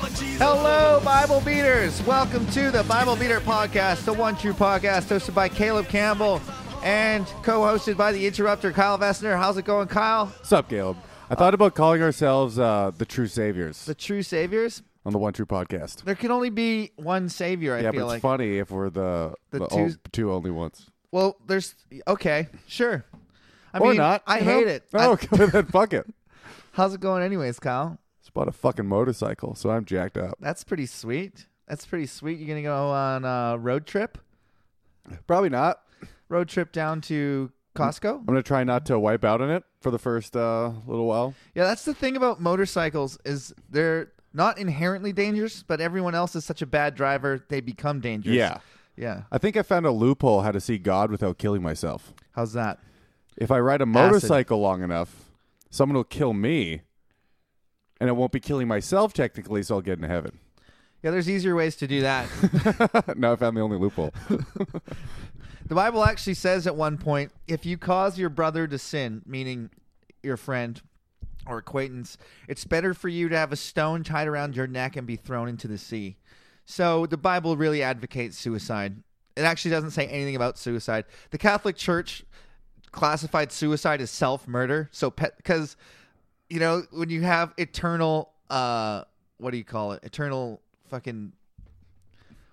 Hello, Bible Beaters. Welcome to the Bible Beater Podcast, the one true podcast hosted by Caleb Campbell and co hosted by the interrupter, Kyle Vessner. How's it going, Kyle? What's up, Caleb? I thought about calling ourselves uh, the True Saviors The true saviors? on the One True Podcast. There can only be one savior, I yeah, but feel it's like. funny if we're the, The the, two- ol- two, only ones. Well, there's. Okay, sure. I or mean, not. I you hate know? it. Oh, I- okay, then fuck it. how's it going, anyways, Kyle? It's about a fucking motorcycle, so I'm jacked up. That's pretty sweet. That's pretty sweet. You're going to go on a road trip? Probably not. Road trip down to Costco? I'm going to try not to wipe out on it for the first uh, little while. Yeah, that's the thing about motorcycles is they're not inherently dangerous, but everyone else is such a bad driver they become dangerous. Yeah. Yeah. I think I found a loophole how to see God without killing myself. How's that? If I ride a motorcycle long enough, someone will kill me, and I won't be killing myself technically, so I'll get into heaven. Yeah, there's easier ways to do that. now I found the only loophole. the Bible actually says at one point, if you cause your brother to sin, meaning your friend or acquaintance, it's better for you to have a stone tied around your neck and be thrown into the sea. So the Bible really advocates suicide. It actually doesn't say anything about suicide. The Catholic Church classified suicide as self murder. So because you know when you have eternal, uh, what do you call it? Eternal fucking.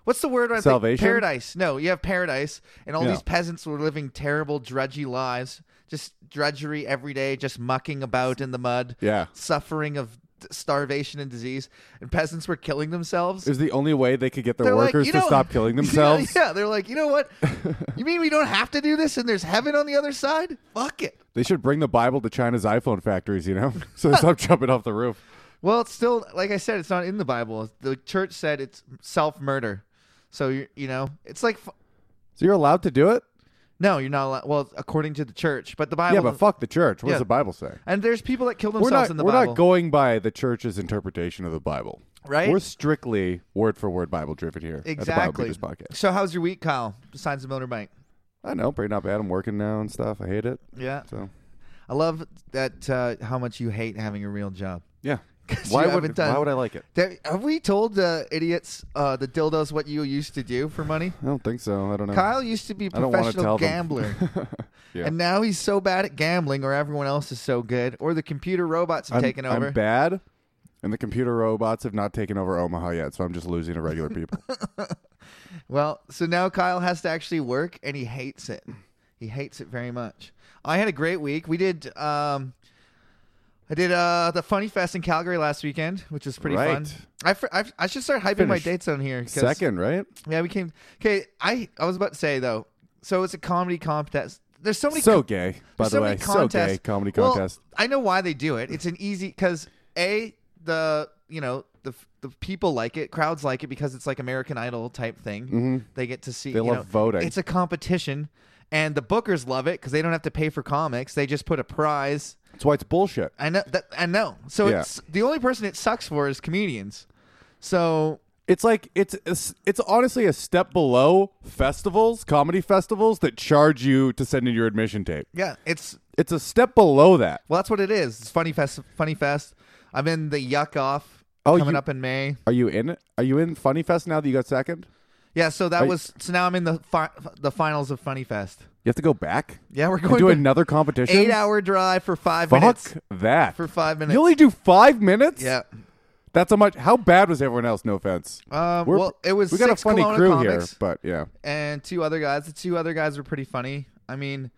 What's the word? I'm thinking? Salvation? Paradise. No, you have paradise, and all Yeah. these peasants were living terrible, drudgy lives, just drudgery every day, just mucking about in the mud, Yeah. suffering of starvation and disease. And peasants were killing themselves It was the only way they could get their they're like, workers you to know- stop killing themselves. Yeah, they're like, you know what? you mean we don't have to do this and there's heaven on the other side? Fuck it. They should bring the Bible to China's iPhone factories, you know? So they stop jumping off the roof. Well, it's still like I said, it's not in the Bible. The church said it's self murder, so you you know it's like f- So you're allowed to do it? no, you're not allowed. Well, according to the church, but the Bible. Yeah, but fuck the church. What Yeah. does the Bible say? and there's people that kill We're themselves not, in the we're Bible. not going by the church's interpretation of the Bible. Right? We're strictly word for word Bible driven here. At the Bible exactly. Beaters podcast. So how's your week, Kyle? Besides the motorbike. I know, pretty not bad. I'm working now and stuff. I hate it. Yeah, So I love that uh, how much you hate having a real job. yeah. 'Cause Why you would haven't done- why would I like it? There- have we told the idiots, uh, the dildos, what you used to do for money? I don't think so. I don't know. Kyle used to be a Uh, I don't want to professional tell them. gambler, Yeah. and now he's so bad at gambling, or everyone else is so good, or the computer robots have I'm, taken I'm over. bad, and the computer robots have not taken over Omaha yet, so I'm just losing to regular people. well, so now Kyle has to actually work, and he hates it. He hates it very much. I had a great week. We did. Um, I did uh, the Funny Fest in Calgary last weekend, which was pretty fun. Right. I, fr- I, I should start hyping my Finished dates on here. 'cause- Second, right? Yeah, we came. Okay, I I was about to say though. So it's a comedy contest. There's so many. So gay, by There's the so way. many So contests. gay comedy Well, contest. I know why they do it. It's an easy because a the you know the the people like it, crowds like it because it's like American Idol type thing. They get to see. Mm-hmm. They you love know, voting. It's a competition, and the bookers love it because they don't have to pay for comics. They just put a prize. That's why it's bullshit. I know. That, I know. So Yeah. it's the only person it sucks for is comedians. So It's like it's it's it's honestly a step below festivals, comedy festivals that charge you to send in your admission tape. yeah, it's It's a step below that. Well, that's what it is. It's Funny Fest. Funny Fest. I'm in the Yuck Off Oh, coming you- up in May. Are you in it? Are you in Funny Fest now that you got second? Yeah, so that Are you- was so now I'm in the fi- the finals of Funny Fest. You have to go back. Yeah, we're and going do to another competition. eight hour drive for five Fuck minutes. that. For five minutes. You only do five minutes. Yeah. That's how much. How bad was everyone else? No offense. Um, We're- well, it was we got six a funny Kelowna crew comics here, but yeah, and two other guys. The two other guys were pretty funny. I mean,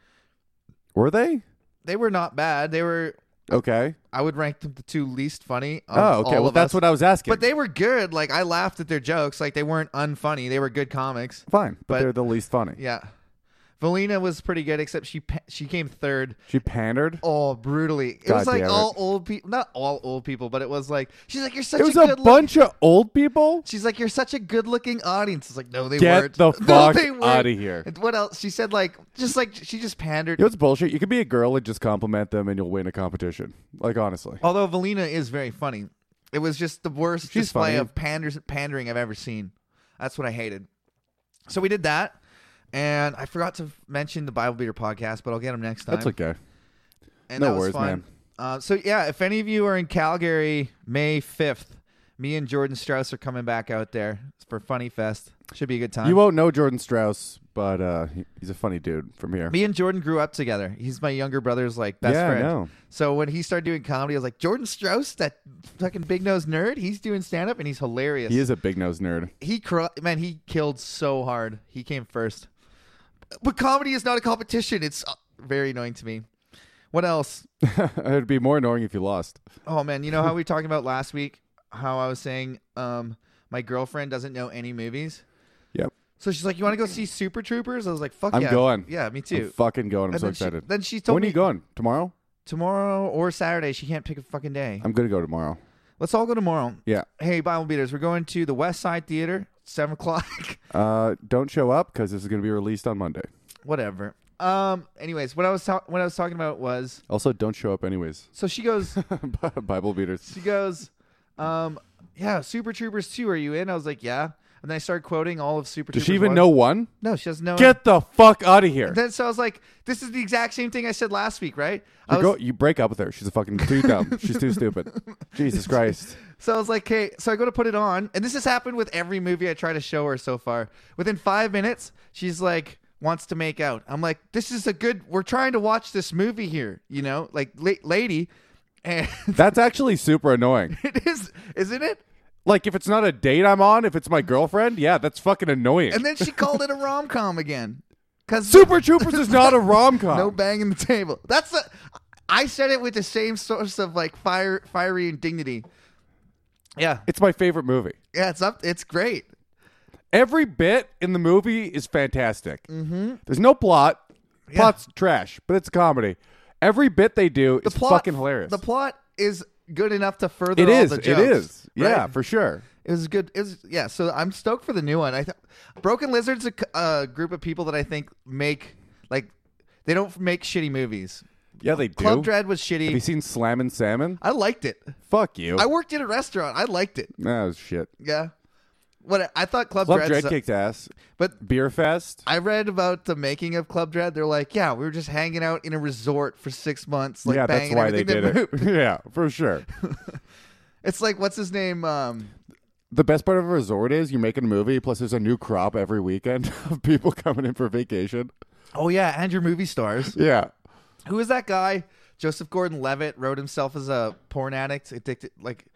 were they they were not bad. They were. okay? I would rank them the two least funny. Of Oh, okay. Um, all Well, of that's us. what I was asking. But they were good. Like I laughed at their jokes. Like they weren't unfunny. They were good comics. fine, but, but- they're the least funny. Yeah. Valina was pretty good, except she pa- she came third. She pandered. Oh, brutally! It God was like damn it. all old people, not all old people, but it was like she's like you're such It was a a good looking. bunch of old people. She's like you're such a good looking audience. It's like no, they Get weren't. the no, fuck they weren't. outta here. And what else? She said like just like she just pandered. You know what's bullshit? You could be a girl and just compliment them, and you'll win a competition. Like honestly, Although Valina is very funny, it was just the worst She's display funny. of panders- pandering I've ever seen. That's what I hated. So we did that, and I forgot to mention the Bible Beater podcast, but I'll get them next time. that's okay. and No that was worries, fun. man. Uh, so yeah, if any of you are in Calgary, May fifth, Me and Jordan Strauss are coming back out there for Funny Fest. Should be a good time. You won't know Jordan Strauss, but uh, he- he's a funny dude from here. Me and Jordan grew up together. He's my younger brother's like best Yeah, I friend. know. So when he started doing comedy, I was like, Jordan Strauss, that fucking big nose nerd, he's doing stand up and he's hilarious. He is a big nose nerd. He cr- man, he killed so hard. He came first. But comedy is not a competition. It's uh, very annoying to me. What else? It'd be more annoying if you lost. Oh man, you know how we were talking about last week? How I was saying, um, my girlfriend doesn't know any movies. Yep. So she's like, "You want to go see Super Troopers?" I was like, "Fuck I'm yeah, going. Yeah, me I'm too. fucking going. I'm And so then she- excited. then she told when me are you going? Tomorrow? tomorrow or Saturday. She can't pick a fucking day. I'm gonna go tomorrow. Let's all go tomorrow. Yeah. Hey, Bible beaters, we're going to the West Side Theater, seven o'clock. Uh, don't show up because this is gonna be released on Monday. Whatever. Um. Anyways, what I was ta- what I was talking about was Also, don't show up anyways. so she goes Bible beaters. she goes, um, yeah, Super Troopers two. Are you in? I was like, yeah. And then I started quoting all of Super. Does she Troopers even 1. know one? No, she doesn't know. any- Get the fuck out of here. Then so I was like, this is the exact same thing I said last week, right? I You, was, go, you break up with her. She's a fucking too dumb. She's too stupid. Jesus Christ. so I was like, hey, so I go to put it on, and this has happened with every movie I try to show her so far. Within five minutes, she's like wants to make out. I'm like, this is a good. We're trying to watch this movie here, you know, like la- lady, and That's actually super annoying. it is, isn't it? Like, if it's not a date I'm on, if it's my girlfriend, yeah, that's fucking annoying. And then she called it a rom com again, because Super Troopers is not a rom com. no banging the table. That's the. I said it with the same source of like fire, fiery indignity. Yeah, it's my favorite movie. yeah, it's up. It's great. Every bit in the movie is fantastic. Mm-hmm. There's no plot. Plot's trash, but it's a comedy. Every bit they do is fucking hilarious. The plot is good enough to further. it all is. The it jokes, is. Yeah, right? for sure. it was good. It was yeah. So I'm stoked for the new one. I th- Broken Lizard's a, c- a group of people that I think make like they don't make shitty movies. Yeah, they do. Club Dread was Have you shitty. seen Slammin' Salmon? I liked it. Fuck you. I worked in a restaurant. I liked it. That was shit. Yeah. What I thought Club, Club Dread's Dread a- kicked ass. but Beer Fest. I read about the making of Club Dread. They're like, yeah, we were just hanging out in a resort for six months. Like, yeah, that's banging why they everything did that it. moved. yeah, for sure. It's like, what's his name? Um, The best part of a resort is you're making a movie, plus there's a new crop every weekend of people coming in for vacation. oh yeah, Andrew movie stars. Yeah. Who is that guy? Joseph Gordon-Levitt wrote himself as a porn addict, addicted, like,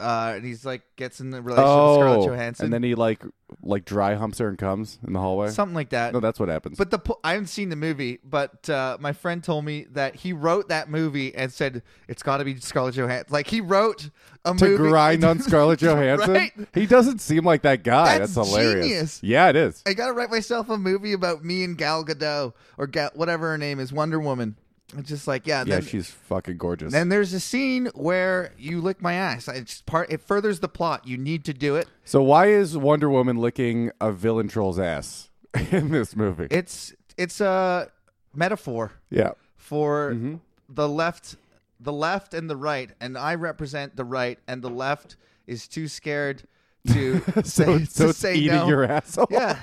uh, and he's like gets in the relationship with Scarlett Johansson, Oh, and then he like like dry humps her and comes in the hallway. something like that. no, that's what happens. But the po- I haven't seen the movie, but uh, my friend told me that he wrote that movie and said it's got to be Scarlett Johansson. Like he wrote a to movie grind on Scarlett Johansson, Right? he doesn't seem like that guy. That's That's, hilarious. genius. Yeah, it is. I gotta write myself a movie about me and Gal Gadot or Gal, whatever her name is, Wonder Woman. It's just like yeah. yeah, Then, she's fucking gorgeous. then there's a scene where you lick my ass. It's part. It furthers the plot. You need to do it. so why is Wonder Woman licking a villain troll's ass in this movie? It's it's a metaphor yeah. for Mm-hmm. the left, the left and the right, and I represent the right, and the left is too scared to So, say, so to it's say eating no. your asshole. yeah,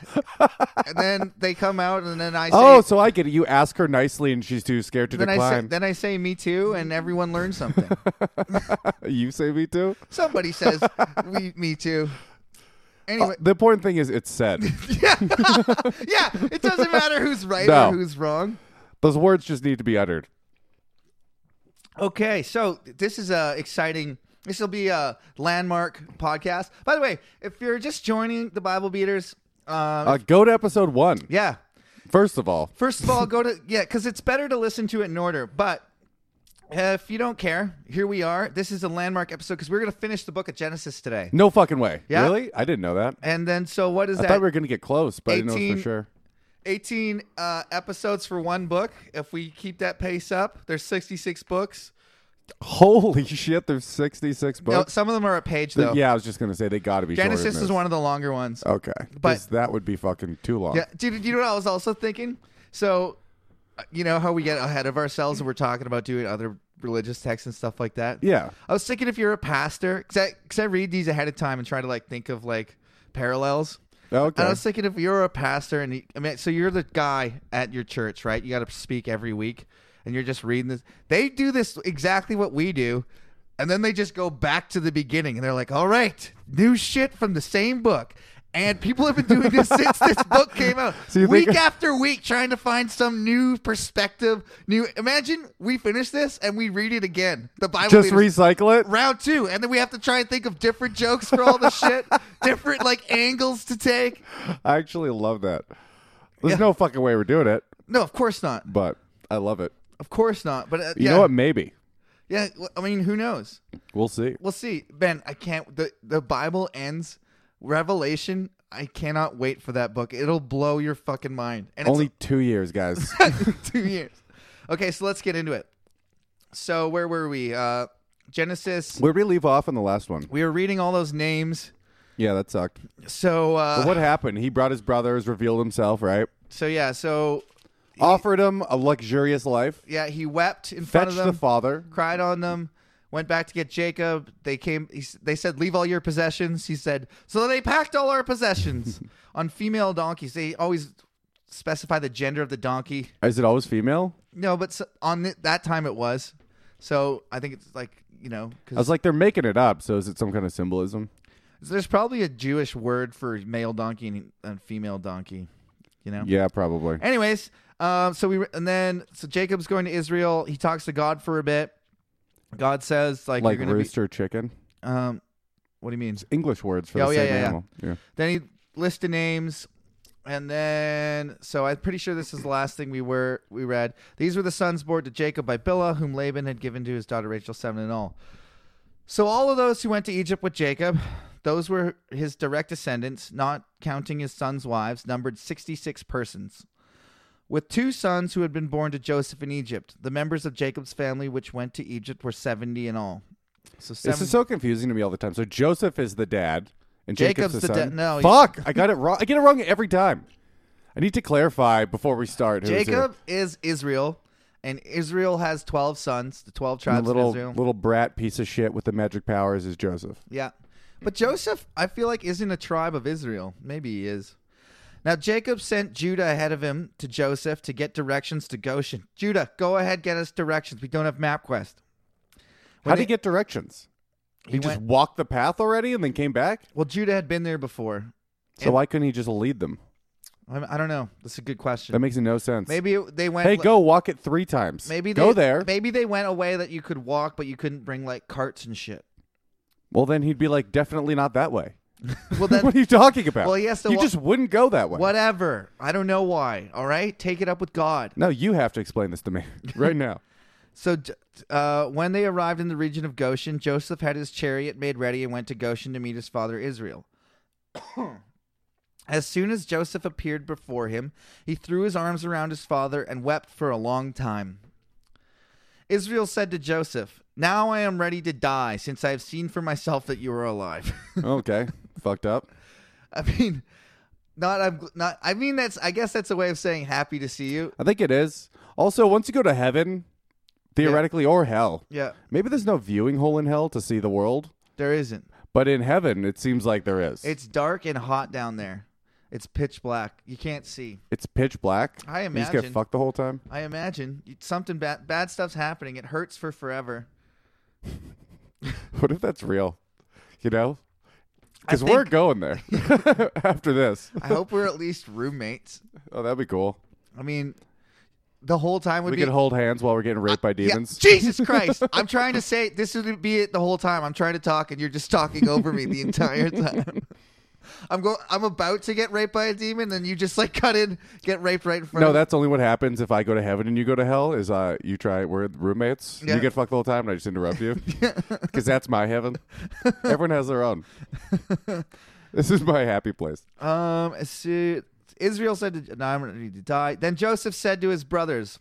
and then they come out, and then I say, Oh, so I get it. You ask her nicely, and she's too scared to then I say, decline. then I say me too, and everyone learns something. you say me too. Somebody says we, me Uh, too. Anyway, The important thing is it's said. yeah, yeah. It doesn't matter who's right No. or who's wrong. Those words just need to be uttered. Okay, so this is a exciting. This will be a landmark podcast. By the way, if you're just joining the Bible Beaters, um, Uh, go to episode one first yeah. of all. First of all, go to yeah, because it's better to listen to it in order. But if you don't care, here we are. This is a landmark episode because we're gonna finish the book of Genesis today. No fucking way. Yeah. Really? I didn't know that. And then, so what is I that? thought we were going to get close, but I didn't know 18 for sure. 18 uh, episodes for one book. If we keep that pace up, there's 66 books. Holy shit, there's 66 No, books. some of them are a page though. yeah, I was just going to say they got to be shorter Genesis than is this. Oh, one of the longer ones. Okay. But- 'Cause that would be fucking too long. Yeah, dude, you know what I was also thinking? So, uh, you know how we get ahead of ourselves and we're talking about doing other religious texts and stuff like that? Yeah. I was thinking if you're a pastor, because I, 'cause I read these ahead of time and try to like think of like parallels. Okay. And I was thinking if you're a pastor and you, I mean, so you're the guy at your church, right? You got to speak every week and you're just reading this. They do this exactly what we do. And then they just go back to the beginning and they're like, all right, new shit from the same book. And people have been doing this since this book came out. So you week think- after week, trying to find some new perspective. New imagine we finish this and we read it again. The Bible Just readers- recycle it. round two, and then we have to try and think of different jokes for all the shit, different like angles to take. I actually love that. There's Yeah. no fucking way we're doing it, No, of course not. but I love it. Of course not. But uh, You yeah, know what? Maybe yeah. w- I mean, who knows? we'll see. We'll see. Ben, I can't. The the Bible ends. Revelation. I cannot wait for that book. It'll blow your fucking mind. And it's Only two years, guys. two years. Okay, so let's get into it. So where were we? Uh Genesis. Where we leave off on the last one? We were reading all those names. Yeah, that sucked. So uh But what happened? He brought his brothers, revealed himself, right? so yeah, so Offered him a luxurious life. yeah, he wept in front Fetched of the them. father. cried on them, went back to get Jacob. They came. He, s- they said, "Leave all your possessions." He said, "So they packed all our possessions on female donkeys." They always specify the gender of the donkey. Is it always female? No, but s on th- that time it was. So I think it's like you know, I 'cause was like, they're making it up. So is it some kind of symbolism? there's probably a Jewish word for male donkey and, and female donkey. You know. Yeah, probably. Anyways, um, so we and then so Jacob's going to Israel. He talks to God for a bit. God says, like, Like you're gonna rooster chicken. be. Um, what do you mean? English words for Oh, the yeah, same yeah, yeah. animal. Yeah. Then he lists the names, and then so I'm pretty sure this is the last thing we were we read. These were the sons born to Jacob by Billah, whom Laban had given to his daughter Rachel, seven in all. So all of those who went to Egypt with Jacob, those were his direct descendants, not counting his sons' wives, numbered sixty-six persons. With two sons who had been born to Joseph in Egypt, the members of Jacob's family which went to Egypt were seventy in all. So This seven. is so confusing to me all the time. So Joseph is the dad, and Jacob's, Jacob's the, the son. da- no, fuck, I got it wrong. I get it wrong every time. I need to clarify before we start. who's Jacob is Israel, and Israel has twelve sons, the twelve who. tribes The little of Israel. little brat piece of shit with the magic powers is Joseph. yeah, but Joseph, I feel like, isn't a tribe of Israel. Maybe he is. Now Jacob sent Judah ahead of him to Joseph to get directions to Goshen. Judah, go ahead, get us directions. We don't have MapQuest. How When would he it- get directions? He, He just went- walked the path already and then came back. Well, Judah had been there before. So why couldn't he just lead them? I, I don't know. That's a good question. That makes no sense. Maybe it- they went. hey, go walk it three times. Maybe they, go there. Maybe they went a way that you could walk, but you couldn't bring like carts and shit. Well, then he'd be like, definitely not that way. Well, then what are you talking about? Well, he has to You wa- just wouldn't go that way. Whatever. I don't know why. All right, take it up with God. No, you have to explain this to me right now. So, d- uh, when they arrived in the region of Goshen, Joseph had his chariot made ready and went to Goshen to meet his father Israel. as soon as Joseph appeared before him, he threw his arms around his father and wept for a long time. Israel said to Joseph, Now I am ready to die, since I have seen for myself that you are alive. okay, fucked up. I mean, not I'm gl- not. I mean, that's I guess that's a way of saying happy to see you. I think it is. Also, once you go to heaven, theoretically, or hell, Yeah, maybe there's no viewing hole in hell to see the world, there isn't. but in heaven, it seems like there is. It's dark and hot down there. It's pitch black. You can't see. It's pitch black. I You just get imagine. fucked the whole time. I imagine you- something bad. Bad stuff's happening. It hurts for forever. What if that's real? You know? Because I we're think- going there after this. I hope we're at least roommates. Oh, that'd be cool. I mean, the whole time would We be. Uh, could hold hands while we're getting raped by Yeah, demons. Jesus Christ! I'm trying to say this would be it the whole time. I'm trying to talk, and you're just talking over me the entire time. I'm go. I'm about to get raped by a demon, and you just like cut in, get raped right in front. No, of that's only what happens if I go to heaven and you go to hell. Is uh, you try we're roommates. Yeah. You get fucked the whole time, and I just interrupt you because that's my heaven. Everyone has their own. this is my happy place. Um, so Israel said, to, "No, I'm ready to die." Then Joseph said to his brothers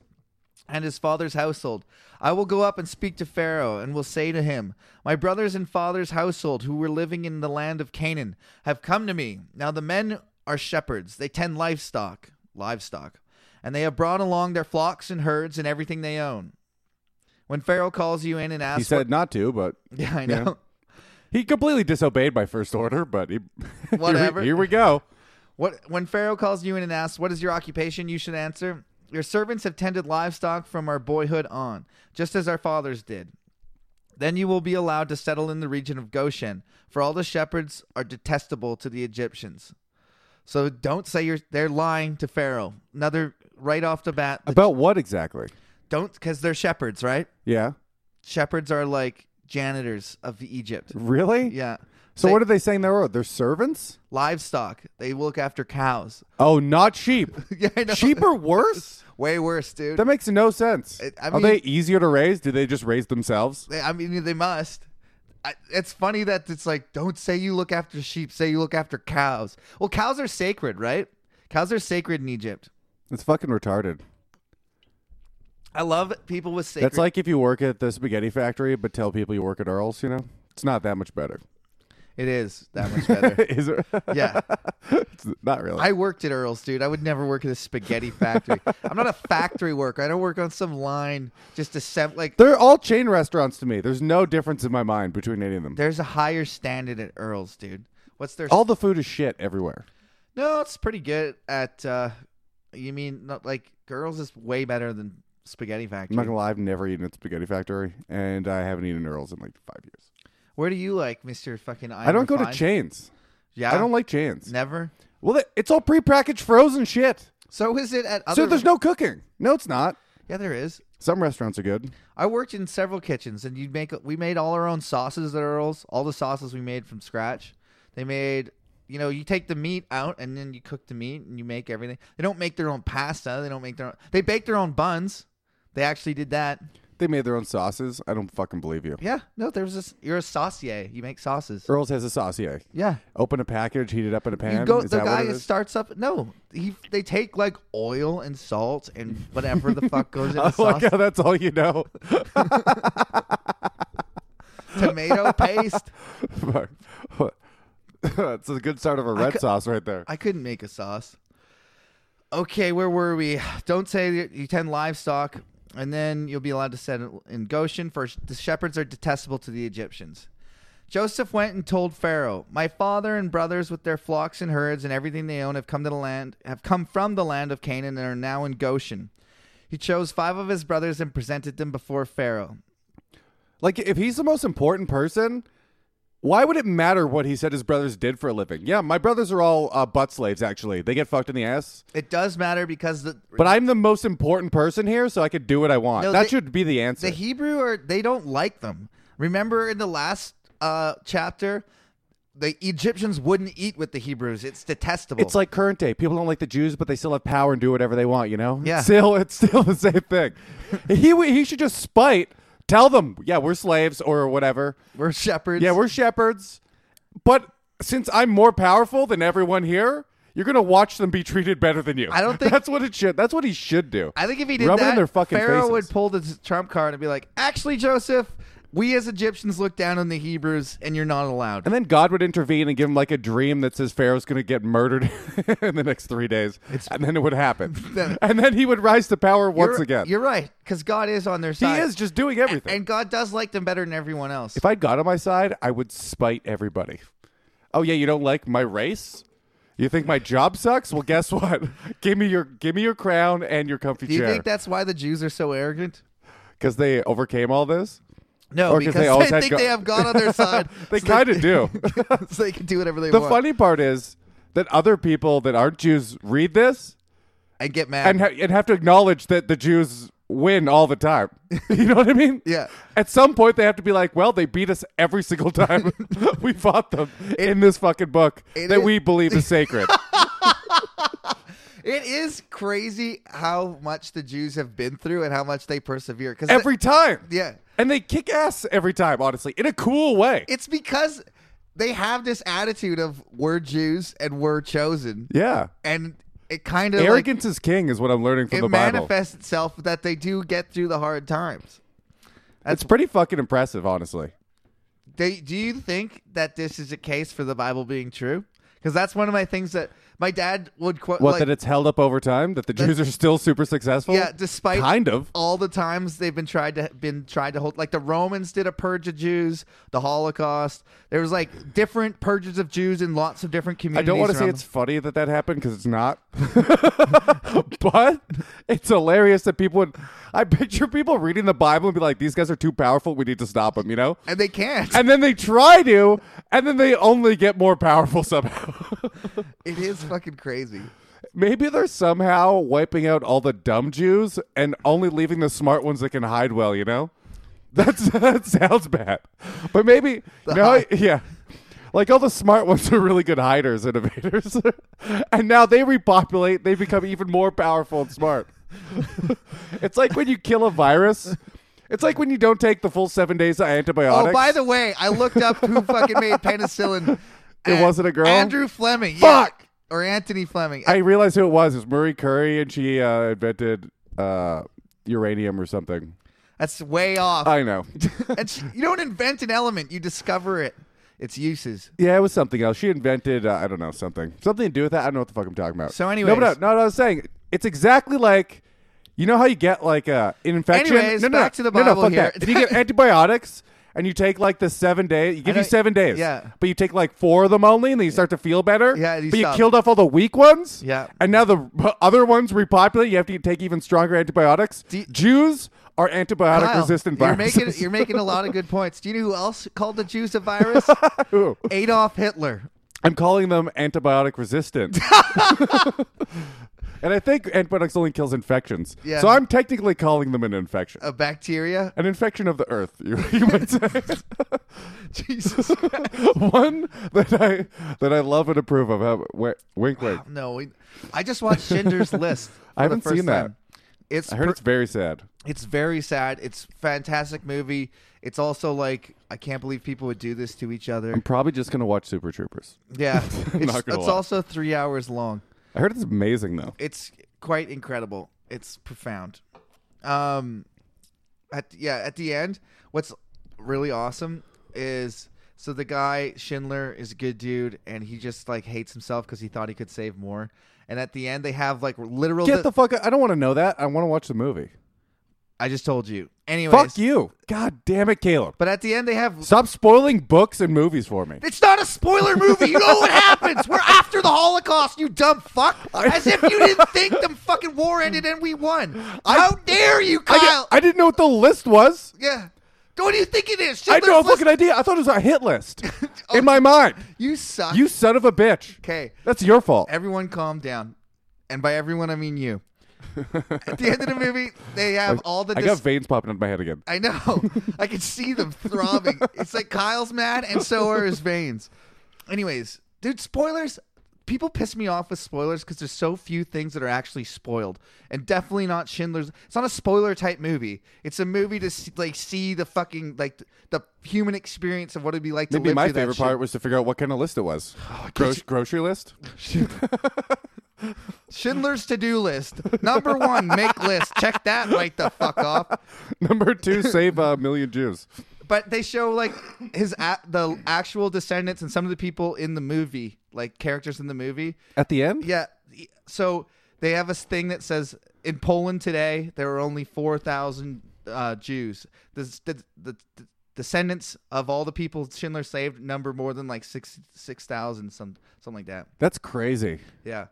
and his father's household, "I will go up and speak to Pharaoh, and will say to him, My brothers and father's household, who were living in the land of Canaan, have come to me. Now the men are shepherds; they tend livestock, livestock, and they have brought along their flocks and herds and everything they own." When Pharaoh calls you in and asks, He said not to, but what- "Yeah, I yeah. know." he completely disobeyed my first order. But he, Whatever. here, we, here we go. What when Pharaoh calls you in and asks, "What is your occupation?" you should answer, "Your servants have tended livestock from our boyhood on, just as our fathers did." Then you will be allowed to settle in the region of Goshen, for all the shepherds are detestable to the Egyptians. So don't say you're they're lying to Pharaoh. Another right off the bat. the- About what exactly? don't because they're shepherds, right? Yeah. Shepherds are like janitors of Egypt. Really? Yeah. So They- what are they saying they were? They're servants? livestock? They look after cows. Oh, not sheep. yeah, I know. sheep are worse? Way worse, dude. That makes no sense. It- I are mean- they easier to raise? Do they just raise themselves? They- I mean, they must. I, it's funny that it's like, don't say you look after sheep, say you look after cows. Well, cows are sacred, right? Cows are sacred in Egypt. It's fucking retarded. I love people with sacred. That's like if you work at the spaghetti factory but tell people you work at Earl's, you know? It's not that much better. it is that much better. Is it? yeah, It's not really. I worked at Earl's, dude. I would never work at a spaghetti factory. I'm not a factory worker. I don't work on some line just to sem- like. They're all chain restaurants to me. There's no difference in my mind between any of them. There's a higher standard at Earl's, dude. What's their All the food is shit everywhere. No, it's pretty good at. uh You mean not like girls is way better than spaghetti I'm factory. not gonna lie, I've never eaten at Spaghetti Factory, and I haven't eaten Earl's in like five years. Where do you like, Mister Fucking? I don't go to Refined? chains. Yeah, I don't like chains. never. Well, th- it's all prepackaged frozen shit. So is it at other? So there's no cooking. No, it's not. yeah, there is. Some restaurants are good. I worked in several kitchens, and you'd make. We made all our own sauces at Earl's. All the sauces we made from scratch. They made. You know, you take the meat out, and then you cook the meat, and you make everything. They don't make their own pasta. They don't make their. own They bake their own buns. They actually did that. They made their own sauces. I don't fucking believe you. Yeah, no, there was this. You're a saucier. You make sauces. Earl's has a saucier. Yeah. Open a package, heat it up in a pan. You go. is the that guy what it is? starts up. No, he. They take like oil and salt and whatever the fuck goes in I the sauce. like how that's all you know. Tomato paste. Fuck. That's a good start of a red cou- sauce right there. I couldn't make a sauce. Okay, where were we? Don't say that you tend livestock, and then you'll be allowed to settle in Goshen. For the shepherds are detestable to the Egyptians. Joseph went and told Pharaoh, "My father and brothers with their flocks and herds and everything they own have come to the land have come from the land of Canaan and are now in Goshen." He chose five of his brothers and presented them before Pharaoh. Like, if he's the most important person, why would it matter what he said his brothers did for a living? Yeah, my brothers are all uh, butt slaves, actually. They get fucked in the ass. It does matter because the But I'm the most important person here, so I could do what I want. No, that they- should be the answer. the Hebrew are they don't like them. Remember in the last uh, chapter, the Egyptians wouldn't eat with the Hebrews. It's detestable. it's like current day. People don't like the Jews, but they still have power and do whatever they want, you know? Yeah. Still, it's still the same thing. he, w- he should just spite, tell them, yeah, we're slaves or whatever. we're shepherds. Yeah, we're shepherds. But since I'm more powerful than everyone here, you're gonna watch them be treated better than you. I don't think- that's what it should. That's what he should do. I think if he did Rub it in that, their fucking Pharaoh faces. would pull the trump card and be like, "Actually, Joseph, we as Egyptians look down on the Hebrews, and you're not allowed." and then God would intervene and give him like a dream that says Pharaoh's gonna get murdered in the next three days, and then it would happen. and then he would rise to power once You're- again. you're right because God is on their he side. is just doing everything. and God does like them better than everyone else. if I had God on my side, I would spite everybody. Oh yeah, you don't like my race. You think my job sucks? Well, guess what? give me your give me your crown and your comfy Do you chair. think that's why the Jews are so arrogant? because they overcame all this. No, Or 'cause because they always had think Go- they have God on their side. They so kind of do. so they can do whatever they the want funny part is that other people that aren't Jews read this and get mad. and ha- and have to acknowledge that the Jews win all the time. you know what I mean? Yeah. At some point, they have to be like, "Well, they beat us every single time we fought them in this fucking book it that is- we believe is sacred." It is crazy how much the Jews have been through and how much they persevere. Because every time. yeah, And they kick ass every time, honestly, in a cool way. it's because they have this attitude of we're Jews and we're chosen, yeah. and it kind of like, Arrogance is king is what I'm learning from it the Bible. manifests itself that they do get through the hard times. It's pretty fucking impressive, honestly. They, do you think that this is a case for the Bible being true? because that's one of my things that my dad would quote. What like, that it's held up over time? That the Jews are still super successful? Yeah, despite kind of. all the times they've been tried to been tried to hold like the Romans did a purge of Jews, the Holocaust. There was like different purges of Jews in lots of different I communities. don't want to say around it's funny that that happened because it's not, but it's hilarious that people would. I picture people reading the Bible and be like, "These guys are too powerful. We need to stop them," you know. the- and they can't. And then they try to, and then they only get more powerful somehow. it is fucking crazy. Maybe they're somehow wiping out all the dumb Jews and only leaving the smart ones that can hide well, you know? That's, that sounds bad. But maybe, no, hi- yeah. Like all the smart ones are really good hiders, innovators. and now they repopulate, they become even more powerful and smart. it's like when you kill a virus. It's like when you don't take the full seven days of antibiotics. Oh, by the way, I looked up who fucking made penicillin. It And wasn't a girl? Andrew Fleming. Fuck! Yeah. Or Anthony Fleming. I realized who it was. It was Marie Curie, and she uh, invented uh, uranium or something. That's way off. I know. and sh- you don't invent an element; you discover it, its uses. yeah, it was something else. She invented, uh, I don't know, something. Something to do with that. I don't know what the fuck I'm talking about. So No, anyways. but uh, no, no, what I was saying, it's exactly like, you know how you get like uh, an infection? Anyways, no, no, back to the no, Bible no, fuck here. That. If you get antibiotics and you take like the seven days, you give know- you seven days. yeah. But you take like four of them only and then you start to feel better. Yeah, you but stop. you killed off all the weak ones. Yeah. And now the other ones repopulate. You have to take even stronger antibiotics. Do you- Jews are antibiotic Kyle, resistant you're viruses. making you're making a lot of good points. Do you know who else called the Jews a virus? Who? Adolf Hitler. I'm calling them antibiotic resistant. and I think antibiotics only kills infections. Yeah. Uh, So I'm technically calling them an infection. A bacteria. an infection of the earth, you, you might say. Jesus. One that I that I love and approve of. How, wi- wink, wink. no, we, I just watched Schindler's List. for I haven't the first seen that. time. It's I heard per- it's very sad. It's very sad. It's fantastic movie. It's also like I can't believe people would do this to each other. I'm probably just gonna watch Super Troopers. Yeah, I'm it's, not gonna it's lie. also three hours long. I heard it's amazing though. It's quite incredible. It's profound. Um, at yeah, at the end, what's really awesome is so the guy Schindler is a good dude, and he just like hates himself because he thought he could save more. And at the end, they have like literal. Get the fuck! Out. I don't want to know that. I want to watch the movie. I just told you. Anyways, Fuck you! God damn it, Caleb! But at the end, they have Stop spoiling books and movies for me. It's not a spoiler movie. You know what happens. We're after the Holocaust, you dumb fuck. As if you didn't think the fucking war ended and we won. How dare you, I, Kyle? di- I didn't know what the list was. yeah. What do you think it is? I had no Schindler's List? fucking idea. I thought it was a hit list in my mind. You suck. You son of a bitch. okay. That's your fault. Everyone calm down. And by everyone, I mean you. At the end of the movie, they have all the. I Dis- got veins popping out of my head again. I know. I can see them throbbing. It's like Kyle's mad, and so are his veins. Anyways, dude, spoilers. People piss me off with spoilers because there's so few things that are actually spoiled, and definitely not Schindler's. It's not a spoiler type movie. It's a movie to see, like see the fucking like the human experience of what it'd be like to Maybe live my through that favorite shit. Oh, part was to figure out what kind of list it was. Gro- grocery list? Schindler's to do list number one, make list. Check that right the fuck off. Number two, save a million Jews. but they show like his a- the actual descendants and some of the people in the movie, like characters in the movie. At the end? Yeah, so they have a thing that says in Poland today there are only four thousand uh, Jews. The, the, the, the descendants of all the people Schindler saved number more than like six six thousand some something like that. That's crazy. Yeah.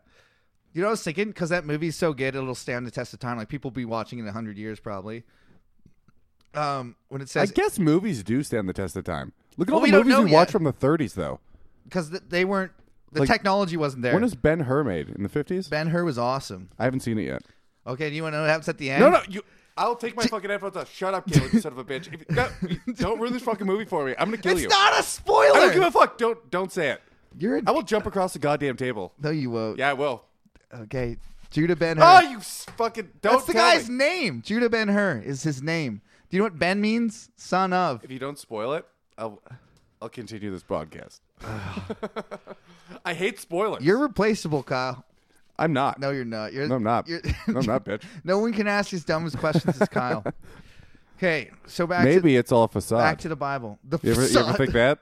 You know what I was thinking? Because that movie's so good, it'll stand the test of time. Like people will be watching it in hundred years probably. Um, when it I says guess movies do stand the test of time. Look at Well, all we the don't movies know we watch yet. from the 30s, though. because th- they weren't the Like, technology wasn't there. When is Ben Hur made? In the 50s? ben Hur was awesome. I haven't seen it yet. Okay, do you want to know what happens at the end? No, no, you. I'll take my fucking headphones off. Shut up, Caleb, you son of a bitch. If, no, don't ruin this fucking movie for me. I'm gonna kill it's you. not a spoiler. I don't give a fuck. Don't don't say it. You're a- I will jump across the goddamn table. no, you won't. Yeah, I will. Okay, Judah Ben Hur. Oh, you s- fucking don't. That's the tell guy's me. name. Judah Ben Hur is his name. Do you know what Ben means? Son of. If you don't spoil it, I'll I'll continue this broadcast. I hate spoilers. You're replaceable, Kyle. I'm not. No, you're not. You're, No, I'm not. You're, No, I'm not, bitch. no one can ask as dumb as questions as Kyle. Okay, so back to Maybe it's all facade. back to the Bible. The you, ever, you ever facade. think that?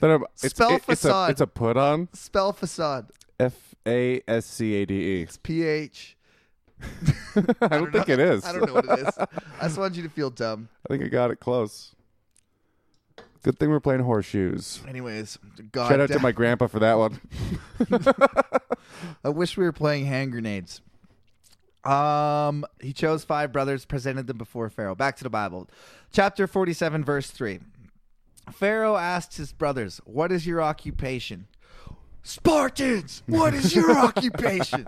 Then I'm, it's, Spell it- it's a facade. it's a put on. Spell facade. F A S C A D E. It's pH. I don't think it is. I don't know what it is. I just wanted you to feel dumb. I think I got it close. Good thing we're playing horseshoes. Anyways, God. Shout out to damn- my grandpa for that one. I wish we were playing hand grenades. Um, he chose five brothers, presented them before Pharaoh. Back to the Bible, chapter forty-seven, verse three. Pharaoh asked his brothers, "What is your occupation?" Spartans, what is your occupation?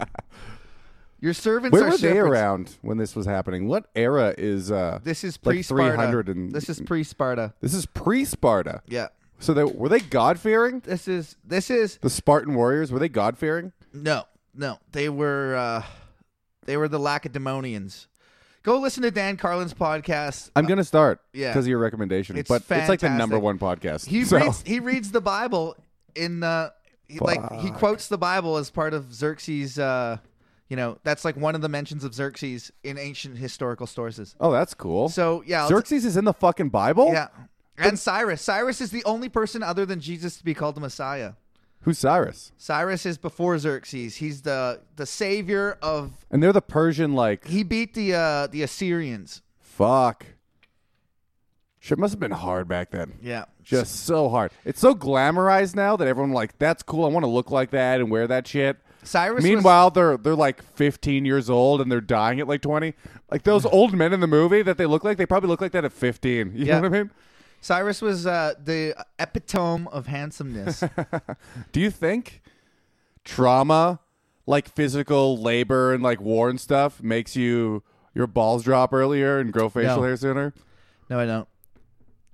Your servants Where are were they shepherds." around when this was happening? What era is uh This is like pre-Sparta. 300 and this is pre-Sparta. this is pre-Sparta. Yeah, So they were they god-fearing? this is this is The Spartan warriors were they god-fearing? No, no, they were uh, they were the Lacedaemonians. Go listen to Dan Carlin's podcast. I'm going to start yeah. because of your recommendation, It's but it's like the number fantastic. 1 podcast. He so. reads he reads the Bible in uh, he, like he quotes the Bible as part of Xerxes. Uh, you know, that's like one of the mentions of Xerxes in ancient historical sources. Oh, that's cool. So yeah, I'll Xerxes is in the fucking Bible? t- yeah, and Cyrus. Cyrus is the only person other than Jesus to be called the Messiah. Who's Cyrus? Cyrus is before Xerxes. He's the the savior of. And they're the Persian like He beat the uh, the Assyrians. fuck. Shit must have been hard back then. Yeah. Just so hard. It's so glamorized now that everyone like that's cool. I want to look like that and wear that shit. Cyrus. was- Meanwhile, they're they're like 15 years old and they're dying at like 20. Like those old men in the movie that they look like, they probably look like that at 15. You Yeah. know what I mean? Cyrus was uh, the epitome of handsomeness. Do you think trauma, like physical labor and like war and stuff, makes you your balls drop earlier and grow facial No. hair sooner? no, I don't.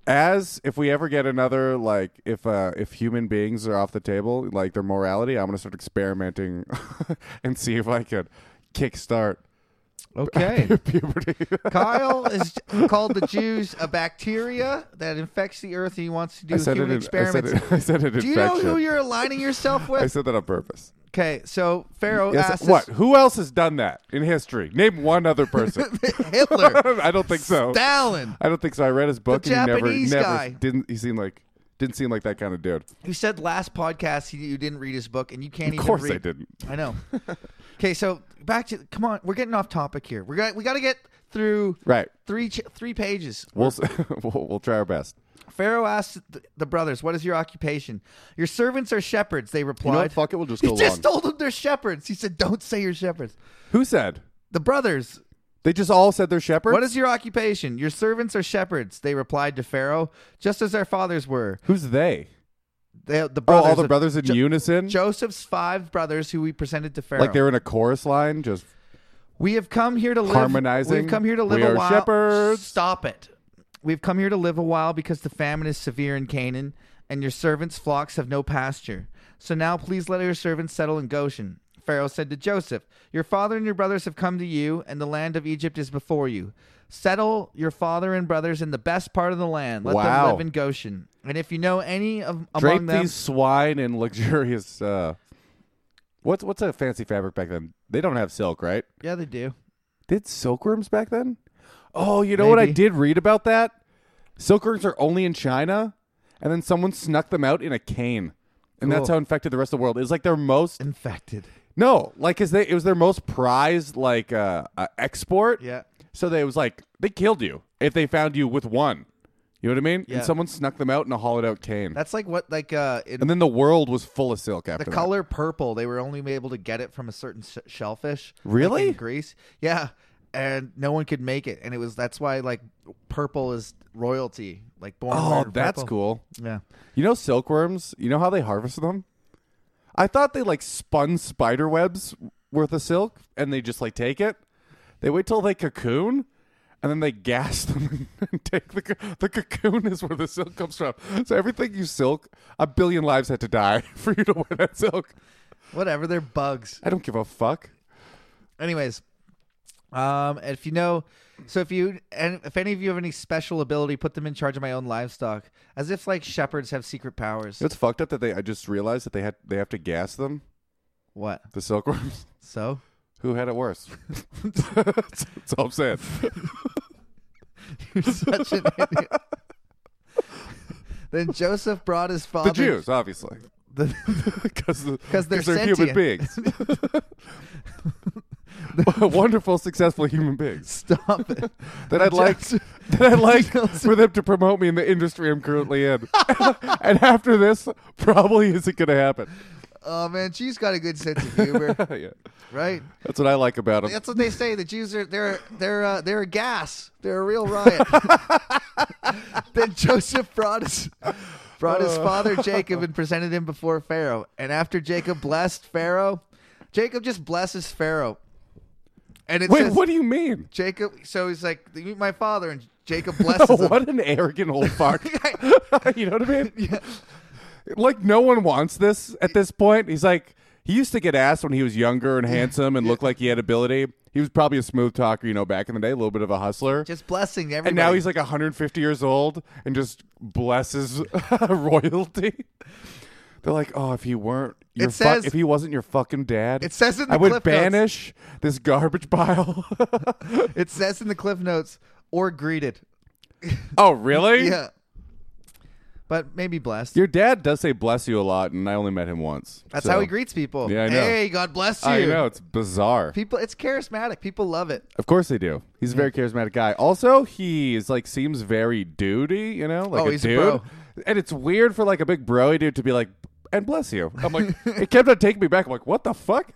As if we ever get another like if uh if human beings are off the table, like their morality, I'm gonna start experimenting and see if I could kickstart Okay. puberty. Kyle is called the Jews a bacteria that infects the earth and he wants to do I said human it. in- I said experiments. it. I said it. Do you know infection. who you're aligning yourself I with? said that on purpose. Okay, so Pharaoh Yes, asked what? Who else has done that in history? Name one other person. this- Hitler, I don't think so. Stalin. I don't think so. I read his book The and Japanese he never, guy. never didn't. He seemed like didn't seem like that kind of dude. You said last podcast he, you didn't read his book and you can't Of even course, read. I didn't. I know. Okay, so back to come on, we're getting off topic here. We're gonna, we got to get through Right. three ch- three pages. We'll, s- we'll we'll try our best. Pharaoh asked th- the brothers, "What is your occupation?" "Your servants are shepherds," they You replied. know what? Fuck it. We'll just he go just along. told them they're shepherds. He said, "Don't say you're shepherds." Who said? The brothers, They just all said they're shepherds. "What is your occupation?" "Your servants are shepherds," they replied to Pharaoh, just as their fathers were. Who's they? They, the Oh, brothers, all the of- brothers in Jo- unison. Joseph's five brothers, who we presented to Pharaoh. like they're in a chorus line. Just We have come here to live Harmonizing. We've come here to live We a are while. shepherds. Stop it. We've come here to live a while because the famine is severe in Canaan, and your servants' flocks have no pasture. So now please let your servants settle in Goshen. Pharaoh said to Joseph, Your father and your brothers have come to you, and the land of Egypt is before you. Settle your father and brothers in the best part of the land. Let Wow. them live in Goshen. And if you know any of drape among them, these swine in luxurious. Uh, what's what's a fancy fabric back then? They don't have silk, right? yeah, they do. Did silkworms back then? Oh, you know what I Maybe. did read about that? Silkworms are only in China, and then someone snuck them out in a cane. And that's Cool. how infected the rest of the world is. Like their most Infected. no, like is they it was their most prized like uh, uh export. Yeah. So they it was like they killed you if they found you with one. You know what I mean? Yeah. And someone snuck them out in a hollowed out cane. That's like what like uh in and then the world was full of silk after the that. color purple they were only able to get it from a certain sh- shellfish like, Really? in greece yeah and no one could make it and it was that's why like purple is royalty like born Oh, red or that's purple. cool. yeah You know silkworms? You know how they harvest them? I thought they like spun spider webs worth of silk and they just like take it. They wait till they cocoon and then they gas them and take the co- the cocoon is where the silk comes from. So everything you silk, a billion lives had to die for you to wear that silk. whatever they're bugs I don't give a fuck. anyways um and if you know so if you and if any of you have any special ability put them in charge of my own livestock as if like shepherds have secret powers It's fucked up that they I just realized that they had they have to gas them, what the silkworms. so Who had it worse? that's, that's all I'm saying. You're such an idiot. Then Joseph brought his father. the Jews, obviously, the- because 'Cause they're human sentient. beings. Wonderful, successful human beings stop it. that I'd like Joseph- that I'd like for them to promote me in the industry I'm currently in. and after this, probably isn't going to happen. Oh man, she's got a good sense of humor, yeah. right? That's what I like about them. That's what they say. The Jews are they're they're uh, they're a gas. They're a real riot. then Joseph brought his brought his Oh. father Jacob and presented him before Pharaoh. And after Jacob blessed Pharaoh, Jacob just blesses Pharaoh. And it Wait, says what do you mean? Jacob. So he's like, "You meet my father," and Jacob blesses him. what an arrogant old fuck. you know what I mean? Like no one wants this at this point. He's like he used to get asked when he was younger and handsome and looked like he had ability. He was probably a smooth talker, you know, back in the day, a little bit of a hustler. Just blessing everybody. and now he's like 150 years old and just blesses royalty. They're like, oh, if he weren't, your It fu- says- if he wasn't your fucking dad, It says in the I would clip notes- banish this garbage pile. it says in the cliff notes or greeted. oh, really? Yeah, but maybe blessed. Your dad does say bless you a lot, and I only met him once. That's so- how he greets people. Yeah, I know. Hey, God bless you. I know it's bizarre. People, it's charismatic. People love it. Of course they do. He's a very charismatic guy. Also, he's like seems very duty, you know, like Oh, a he's a dude. bro. And it's weird for like a big broy dude to be like, "And bless you." I'm like, it kept on taking me back. I'm like, what the fuck?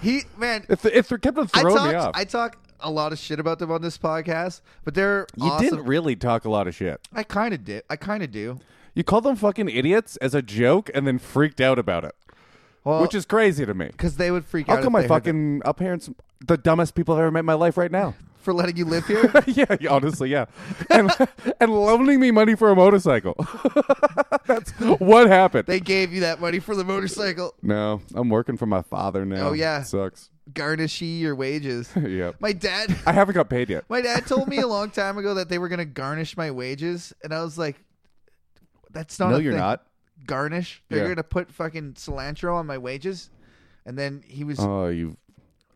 He man, If if it kept on I throwing me talk, off. I talk a lot of shit about them on this podcast, but they're you awesome. didn't really talk a lot of shit. I kind of did. I kind of do. You called them fucking idiots as a joke, and then freaked out about it, Well, which is crazy to me. because they would freak out. How if come my they heard it. fucking up parents, the dumbest people I've ever met in my life, right now? for letting you live here? yeah, yeah, honestly, yeah. And and loaning me money for a motorcycle. That's what happened. they gave you that money for the motorcycle. no, I'm working for my father now. Oh, yeah. sucks. Garnishy your wages. yep. My dad. I haven't got paid yet. My dad told me a long time ago that they were gonna garnish my wages, and I was like, "That's not." No, a you're thing. not. Garnish. They're Yeah. gonna put fucking cilantro on my wages, and then he was Oh, you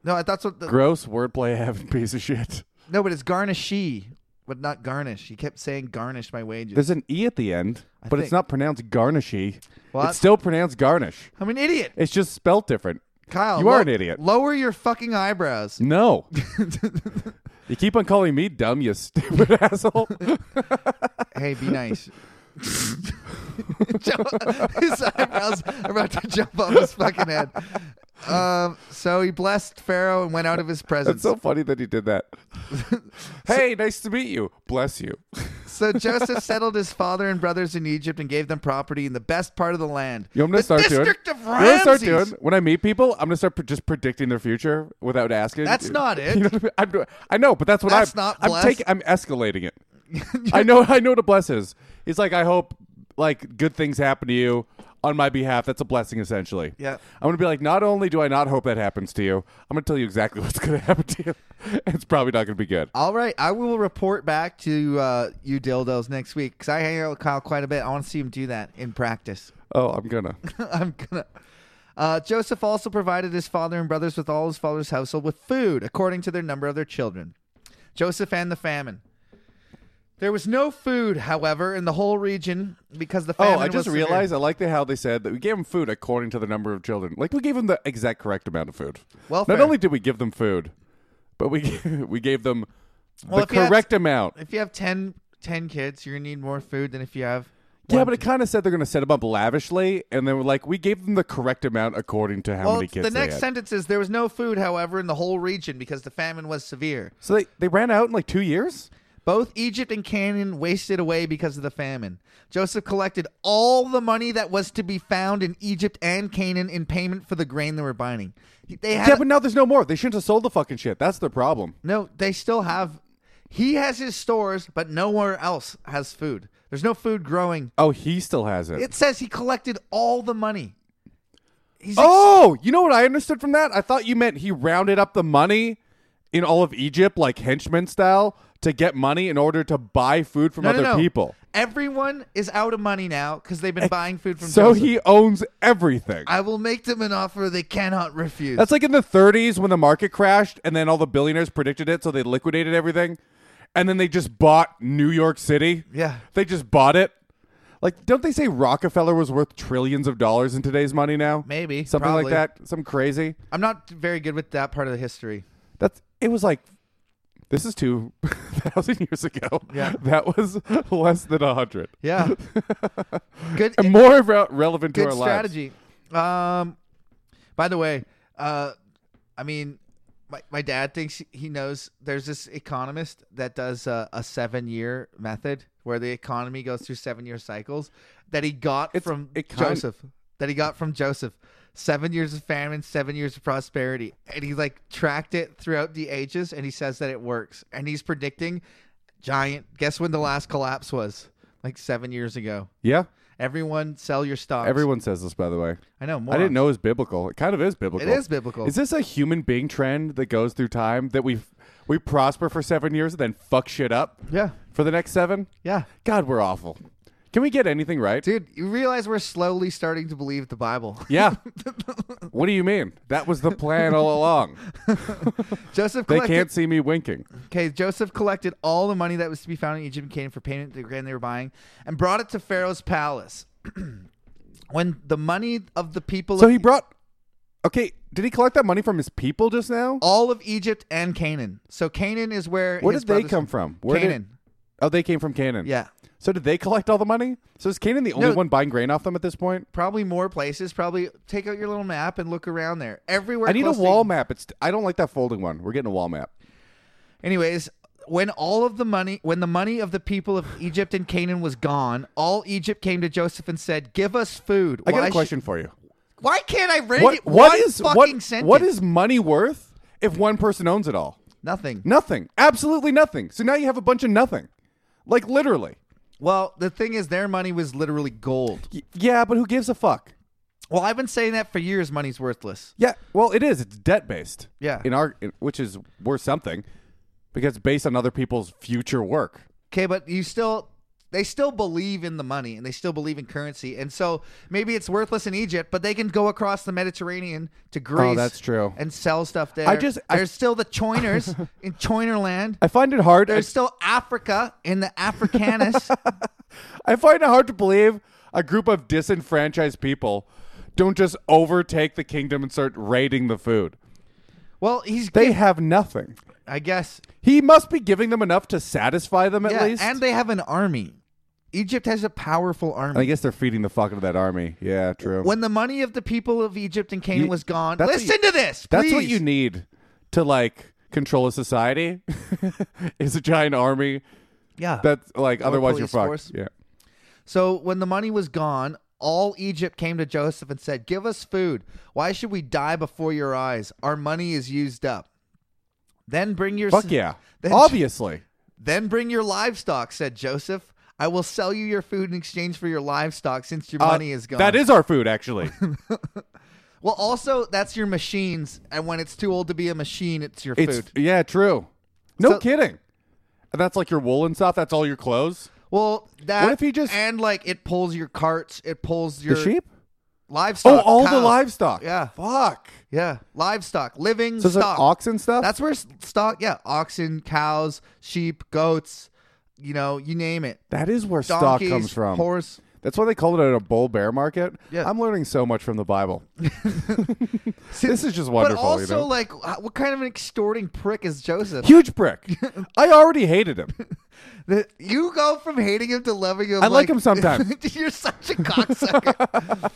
no. I thought what the, gross wordplay having piece of shit. no, but it's garnishy, but not garnish. He kept saying garnish my wages. There's an e at the end, but think- it's not pronounced garnishy. Well, I- It's still pronounced garnish. I'm an idiot, It's just spelt different. Kyle. You are an idiot. Lower your fucking eyebrows. No. you keep on calling me dumb, you stupid asshole. hey, be nice. Jo- his eyebrows are about to jump off his fucking head. Um, so he blessed Pharaoh and went out of his That's presence. so funny that he did that. hey, nice to meet you. Bless you. So Joseph settled his father and brothers in Egypt and gave them property in the best part of the land. You know what I'm the gonna start doing? district of You know what I'm gonna Ramses. start doing when I meet people. I'm gonna start pre- just predicting their future without asking. That's not it. You know what I, mean? I'm doing- I know, but that's what That's I'm. not I'm blessed. taking. I'm escalating it. I know. I know what a bless is. It's like I hope like good things happen to you on my behalf. That's a blessing, essentially. Yeah. I'm gonna be like, not only do I not hope that happens to you, I'm gonna tell you exactly what's gonna happen to you. it's probably not gonna be good. All right, I will report back to uh, you dildos next week because I hang out with Kyle quite a bit. I want to see him do that in practice. Oh, I'm gonna. I'm gonna. Uh, Joseph also provided his father and brothers with all his father's household with food according to their number of their children. Joseph and the famine. There was no food, however, in the whole region because the famine. Oh, I just was severe. realized I like the how they said that we gave them food according to the number of children. Like we gave them the exact correct amount of food. Welfare. Not only did we give them food, but we we gave them Well, the if you have- correct amount. if you have 10, 10 kids, you're gonna need more food than if you have. Yeah, but it kind of said they're going to set them up lavishly, and they were like, we gave them the correct amount according to how Well, many kids the they next had. sentence is there was no food, however, in the whole region because the famine was severe. so they, they ran out in like two years. Both Egypt and Canaan wasted away because of the famine. Joseph collected all the money that was to be found in Egypt and Canaan in payment for the grain they were buying. They had Yeah, but now there's no more. They shouldn't have sold the fucking shit. That's the problem. no, they still have. He has his stores, but nowhere else has food. There's no food growing. Oh, he still has it. It says he collected all the money. He's ex- Oh, you know what I understood from that? I thought you meant he rounded up the money in all of Egypt, like henchman style, to get money in order to buy food from no, no, other no. people. Everyone is out of money now because they've been buying food from. So Joseph. he owns everything. I will make them an offer they cannot refuse. That's like in the 30s when the market crashed and then all the billionaires predicted it, so they liquidated everything. And then they just bought New York City. Yeah. They just bought it. Like, don't they say Rockefeller was worth trillions of dollars in today's money now? Maybe, something probably. like that. Some crazy. I'm not very good with that part of the history. That's it was like this is two thousand years ago. Yeah. that was less than a hundred. Yeah. good And more re- relevant to good our lives. strategy. Um by the way, uh I mean my, my dad thinks he knows there's this economist that does uh, a 7-year method where the economy goes through 7-year cycles that he got It's from econ- Joseph that he got from Joseph. 7 years of famine, 7 years of prosperity. And he like tracked it throughout the ages and he says that it works. And he's predicting giant guess when the last collapse was? Like 7 years ago. Yeah, Everyone sell your stocks. everyone says this. By the way, I know. More. I didn't know it was biblical. It kind of is biblical. It is biblical. Is this a human being trend that goes through time that we we prosper for seven years and then fuck shit up yeah, for the next seven? yeah, God, we're awful. Can we get anything right? dude. You realize we're slowly starting to believe the Bible. Yeah. what do you mean? That was the plan all along. Joseph They collected. can't see me winking. Okay, Joseph collected all the money that was to be found in Egypt and Canaan for payment to the grain they were buying, and brought it to Pharaoh's palace. when the money of the people So of he brought. Okay, did he collect that money from his people just now? all of Egypt and Canaan. So Canaan is where. Where his did they brothers- come from? Where did- Canaan. oh, they came from Canaan. Yeah. So did they collect all the money? So is Canaan the only No. one buying grain off them at this point? Probably more places. Probably take out your little map and look around there. Everywhere. I need a close to- wall map. It's I don't like that folding one. We're getting a wall map. Anyways, when all of the money, when the money of the people of Egypt and Canaan was gone, all Egypt came to Joseph and said, "Give us food." I got Why a sh- question for you. why can't I rate What it? what one is fucking what sentence? what is money worth if one person owns it all? nothing? Nothing. Absolutely nothing. So now you have a bunch of nothing. Like literally. Well, the thing is, their money was literally gold. Y- yeah, but who gives a fuck? Well, I've been saying that for years. Money's worthless. Yeah, well, it is. It's debt based. Yeah. in our in- which is worth something because it's based on other people's future work. Okay, but you still. They still believe in the money and they still believe in currency. And so maybe it's worthless in Egypt, but they can go across the Mediterranean to Greece. Oh, that's true. And sell stuff there. I just- I- There's still the choiners in Choinerland. I find it hard. I, There's still Africa in the Africanus. I find it hard to believe a group of disenfranchised people don't just overtake the kingdom and start raiding the food. well, he's They gi- have nothing. I guess. He must be giving them enough to satisfy them at yeah, least. and they have an army. Egypt has a powerful army. I guess they're feeding the fuck out of that army. Yeah, true. when the money of the people of Egypt and Canaan You- was gone, that's what listen to this. That's what please. you need to like control a society. is a giant army Yeah. that's like otherwise you're police fucked. force. Yeah. so when the money was gone, all Egypt came to Joseph and said, "Give us food. Why should we die before your eyes? Our money is used up." Then bring your Fuck yeah. Then- Obviously. Then bring your livestock," said Joseph. "I will sell you your food in exchange for your livestock, since your Uh, money is gone." That is our food, actually. Well, also that's your machines, and when it's too old to be a machine, it's your it's food. yeah, true. No So- kidding. And that's like your wool and stuff. That's all your clothes. Well, that What if he just- and like it pulls your carts, it pulls your livestock. Oh, all the cows. livestock. Yeah. Fuck. Yeah, livestock, living So it's like stock. ox and stuff. that's where s- stock. Yeah, oxen, cows, sheep, goats. You know, you name it. that is where stock Donkeys, comes from. horse. That's why they call it a bull bear market. Yeah. I'm learning so much from the Bible. this is just but wonderful. also, you know? like, h- what kind of an extorting prick is Joseph? huge prick. I already hated him. That you go from hating him to loving him. I like him sometimes. you're such a cocksucker.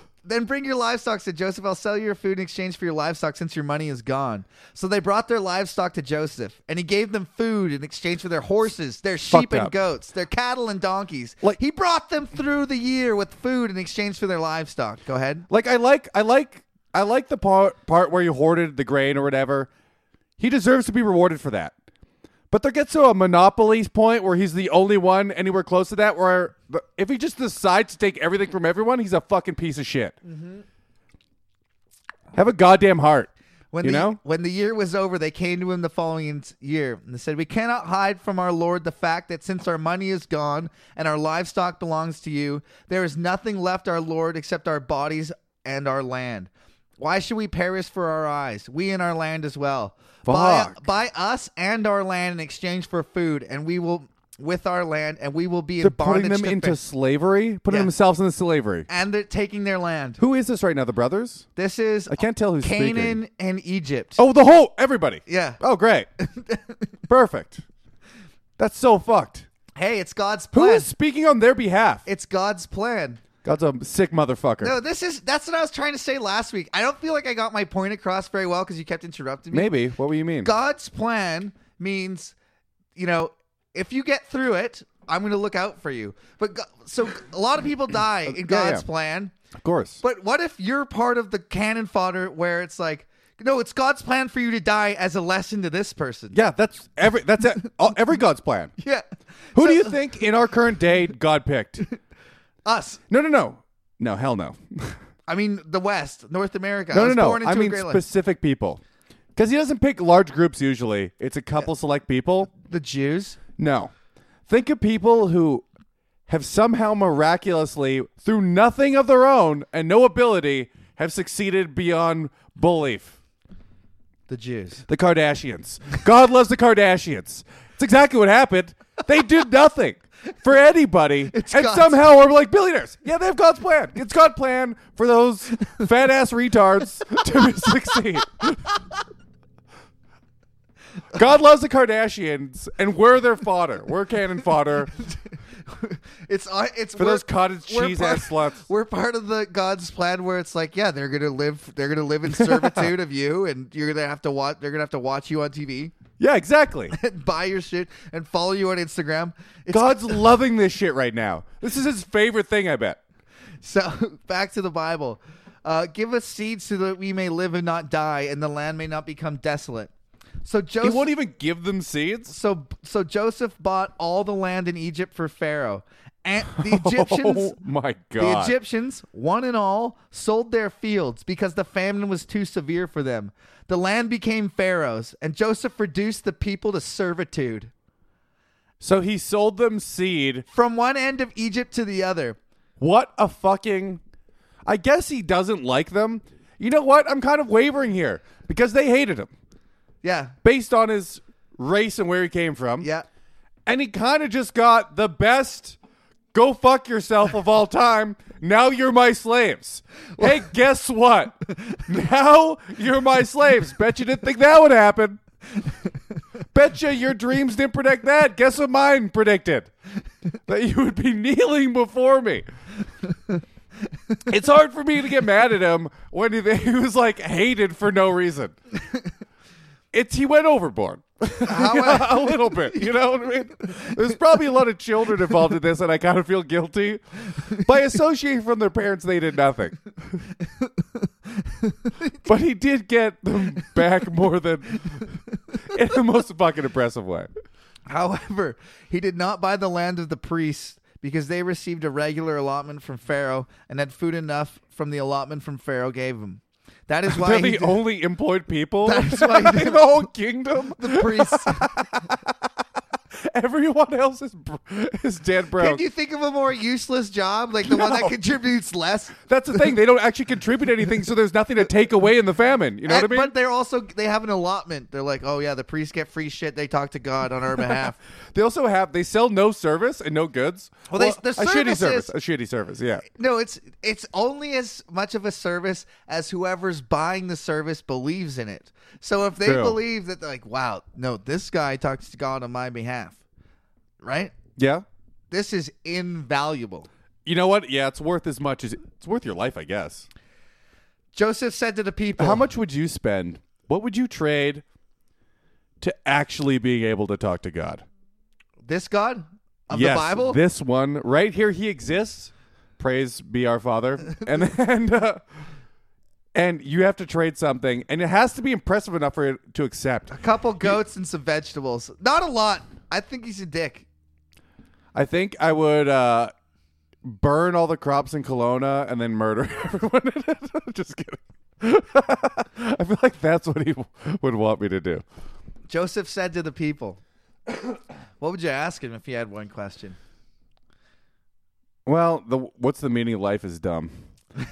then bring your livestock to Joseph. I'll sell you your food in exchange for your livestock since your money is gone. So they brought their livestock to Joseph, and he gave them food in exchange for their horses, their sheep Fucked and up. goats, their cattle and donkeys. Like- he brought them through the year with food in exchange for their livestock. Go ahead. Like I like I like I like the part part where you hoarded the grain or whatever. He deserves to be rewarded for that. But there gets to a monopolies point where he's the only one anywhere close to that. Where the- if he just decides to take everything from everyone, he's a fucking piece of shit. Mm-hmm. Have a goddamn heart, When you the, know. when the year was over, they came to him the following year and they said, "We cannot hide from our Lord the fact that since our money is gone and our livestock belongs to you, there is nothing left our Lord except our bodies and our land. Why should we perish for our eyes? We and our land as well. Buy, Fuck. buy us and our land in exchange for food, and we will with our land, and we will be They're in bondage putting them to into Pharaoh. slavery, putting Yeah. themselves into slavery. and they're taking their land. Who is this right now? The brothers? This is I can't tell who's speaking. Canaan and Egypt. Oh, the whole everybody. yeah. Oh, great. Perfect. That's so fucked. Hey, it's God's Who plan. is speaking on their behalf? it's God's plan. God's a sick motherfucker. No, this is that's what I was trying to say last week. I don't feel like I got my point across very well because you kept interrupting me. Maybe. What do you mean? God's plan means, you know, if you get through it, I'm going to look out for you. But go- so a lot of people die in yeah, God's yeah. plan. Of course. But what if you're part of the cannon fodder where it's like, no, it's God's plan for you to die as a lesson to this person. yeah, that's every that's it. All, every God's plan. Yeah. Who So- do you think in our current day God picked? Us. No, no, no. No, hell no. I mean, the West, North America. I No, was no, born into no. I a mean great land. specific people. Because he doesn't pick large groups usually. It's a couple select people. the Jews. No. Think of people who have somehow miraculously, through nothing of their own and no ability, have succeeded beyond belief. The Jews. The Kardashians. God loves the Kardashians. It's exactly what happened. They did nothing for anybody, and God's- somehow we're like billionaires. Yeah, they have God's plan. It's God's plan for those fat ass retards to succeed. God loves the Kardashians, and we're their fodder. We're cannon fodder. It's it's For those cottage cheese part, ass sluts. We're part of the God's plan where it's like, yeah, they're gonna live, they're gonna live in servitude of you, and you're gonna have to watch. They're gonna have to watch you on TV Yeah, exactly. and buy your shit and follow you on Instagram. It's, God's loving this shit right now. This is his favorite thing, I bet. So back to the Bible. Uh, give us seed so that we may live and not die, and the land may not become desolate. So He Joseph, won't even give them seeds. so so Joseph bought all the land in Egypt for Pharaoh, and the Egyptians Oh my The god. Egyptians, one and all, sold their fields because the famine was too severe for them. The land became Pharaoh's, and Joseph reduced the people to servitude So he sold them seed. from one end of Egypt to the other. What a fucking. I guess he doesn't like them. You know what? I'm kind of wavering here because they hated him Yeah, based on his race and where he came from. yeah. And he kind of just got the best go fuck yourself of all time. Now you're my slaves. Hey, guess what? Now you're my slaves. Bet you didn't think that would happen. Bet you your dreams didn't predict that. Guess what mine predicted? That you would be kneeling before me. It's hard for me to get mad at him when he, he was like hated for no reason. It's he went overboard. a little bit, you know what I mean? There's probably a lot of children involved in this, and I kind of feel guilty by associating from their parents. They did nothing, but he did get them back more than in the most fucking impressive way. However, he did not buy the land of the priests because they received a regular allotment from Pharaoh and had food enough from the allotment from Pharaoh gave them. That is why They're he the did- only employed people That's why he in the whole kingdom. the priests. Everyone else is br- is dead broke. Can you think of a more useless job, like the one that No. contributes less? That's the thing; they don't actually contribute anything, so there's nothing to take away in the famine. You know what I And- mean? But they're also they have an allotment. They're like, oh yeah, the priests get free shit. They talk to God on our behalf. They also have they sell no service and no goods. Well, they- the a shitty service is- service, a shitty service. Yeah, no, it's it's only as much of a service as whoever's buying the service believes in it. So if they True. believe that, like, wow, no, this guy talks to God on my behalf, right? yeah. This is invaluable. You know what? Yeah, it's worth as much as it's worth your life, I guess. Joseph said to the people, How much would you spend? What would you trade to actually being able to talk to God? This God of yes, the Bible, this one right here, He exists. Praise be our Father, and and uh, and you have to trade something, and it has to be impressive enough for it to accept. a couple goats and some vegetables. Not a lot. I think he's a dick. I think I would uh, burn all the crops in Kelowna and then murder everyone. in it. Just kidding. I feel like that's what he w- would want me to do. Joseph said to the people, "What would you ask him if you had one question?" Well, the what's the meaning of life is dumb?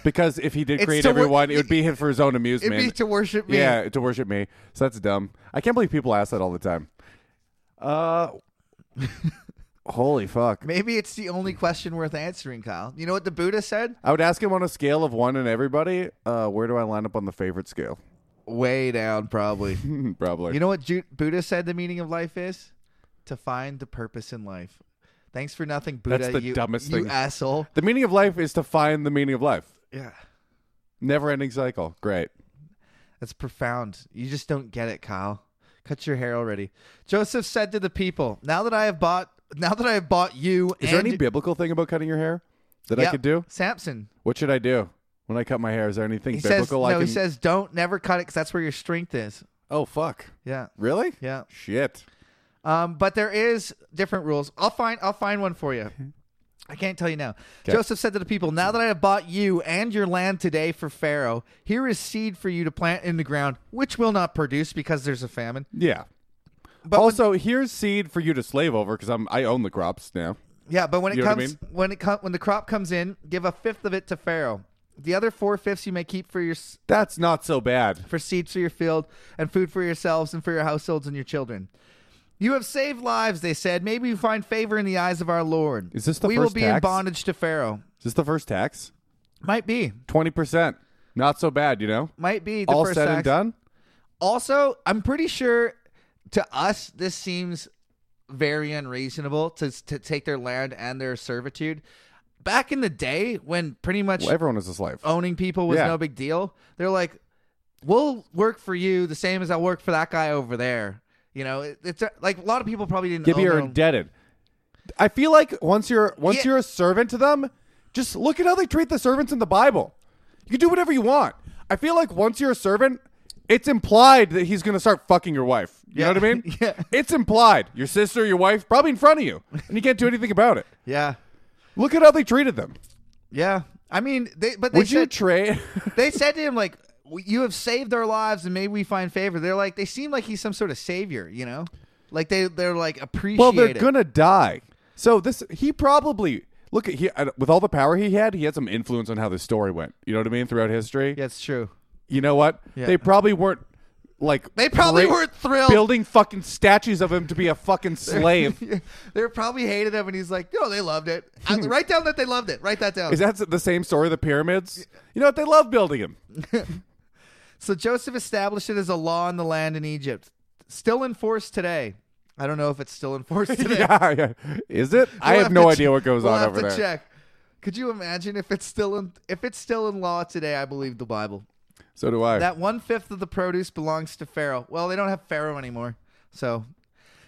Because if he did It's create to wor- everyone, it would be him for his own It'd amusement. be to worship me. Yeah, to worship me. So that's dumb. I can't believe people ask that all the time. Uh, Holy fuck. Maybe it's the only question worth answering, Kyle. You know what the Buddha said? I would ask him on a scale of one and everybody, uh, where do I line up on the favorite scale? Way down, probably. Probably. you know what Ju- Buddha said the meaning of life is? To find the purpose in life. Thanks for nothing, Buddha. the you, dumbest you thing. asshole. the meaning of life is to find the meaning of life. Yeah. Never ending cycle. Great. That's profound. You just don't get it, Kyle. Cut your hair already. Joseph said to the people, "Now that I have bought, now that I have bought you, and Is there any biblical thing about cutting your hair that I Yep, could do? Samson, What should I do when I cut my hair? Is there anything he biblical says, I no, can? he says, don't never cut it because that's where your strength is. oh fuck! Yeah, Really? yeah. Shit! Um, but there is different rules. I'll find I'll find one for you. Mm-hmm. I can't tell you now. 'Kay. Joseph said to the people, "Now that I have bought you and your land today for Pharaoh, here is seed for you to plant in the ground, which will not produce because there's a famine." Yeah. But when- also, here's seed for you to slave over because I'm I own the crops now. Yeah, but when it You know what I comes when it com- when the crop comes in, give a fifth of it to Pharaoh. The other four fifths you may keep for your s- That's not so bad. for seeds for your field and food for yourselves and for your households and your children. You have saved lives, they said. Maybe you find favor in the eyes of our Lord. Is this the we will first be in tax? bondage to Pharaoh? Is this the first tax? Might be, Twenty percent. Not so bad, you know. might be. The All first said tax. and done. Also, I'm pretty sure to us this seems very unreasonable to to take their land and their servitude. Back in the day, when pretty much Well, everyone is a slave. owning people was Yeah. no big deal. They're like, we'll work for you the same as I work for that guy over there. You know, it, it's a, like a lot of people probably didn't. Give own me their you're own- indebted. I feel like once you're once Oh, Yeah. you're a servant to them, just look at how they treat the servants in the Bible. You can do whatever you want. I feel like once you're a servant, it's implied that he's gonna start fucking your wife. You know Yeah. what I mean? Yeah. It's implied. Your sister, your wife, probably in front of you, and you can't do anything about it. yeah, Look at how they treated them. yeah. I mean, they but they Would said you trade? they said to him like, "W- you have saved our lives and maybe we find favor. They're like, they seem like he's some sort of savior. You know, like they they're like appreciate. well, they're it. gonna die. So this, he probably look at he uh, with all the power he had, he had some influence on how this story went. You know what I mean? Throughout history, Yeah, it's true. you know what? Yeah. They probably weren't like They probably parade- weren't thrilled. building fucking statues of him to be a fucking slave. they were probably hated him, and he's like, "No, they loved it." I, write down that they loved it. Write that down. Is that the same story of the pyramids? You know what? They love building him. So Joseph established it as a law in the land in Egypt, still in force today. I don't know if it's still in force today. yeah, yeah. Is it? I We'll have no to idea che- what goes we'll on have over to there. Check. Could you imagine if it's still in if it's still in law today? I believe the Bible. So do I. That one fifth of the produce belongs to Pharaoh. Well, they don't have Pharaoh anymore, so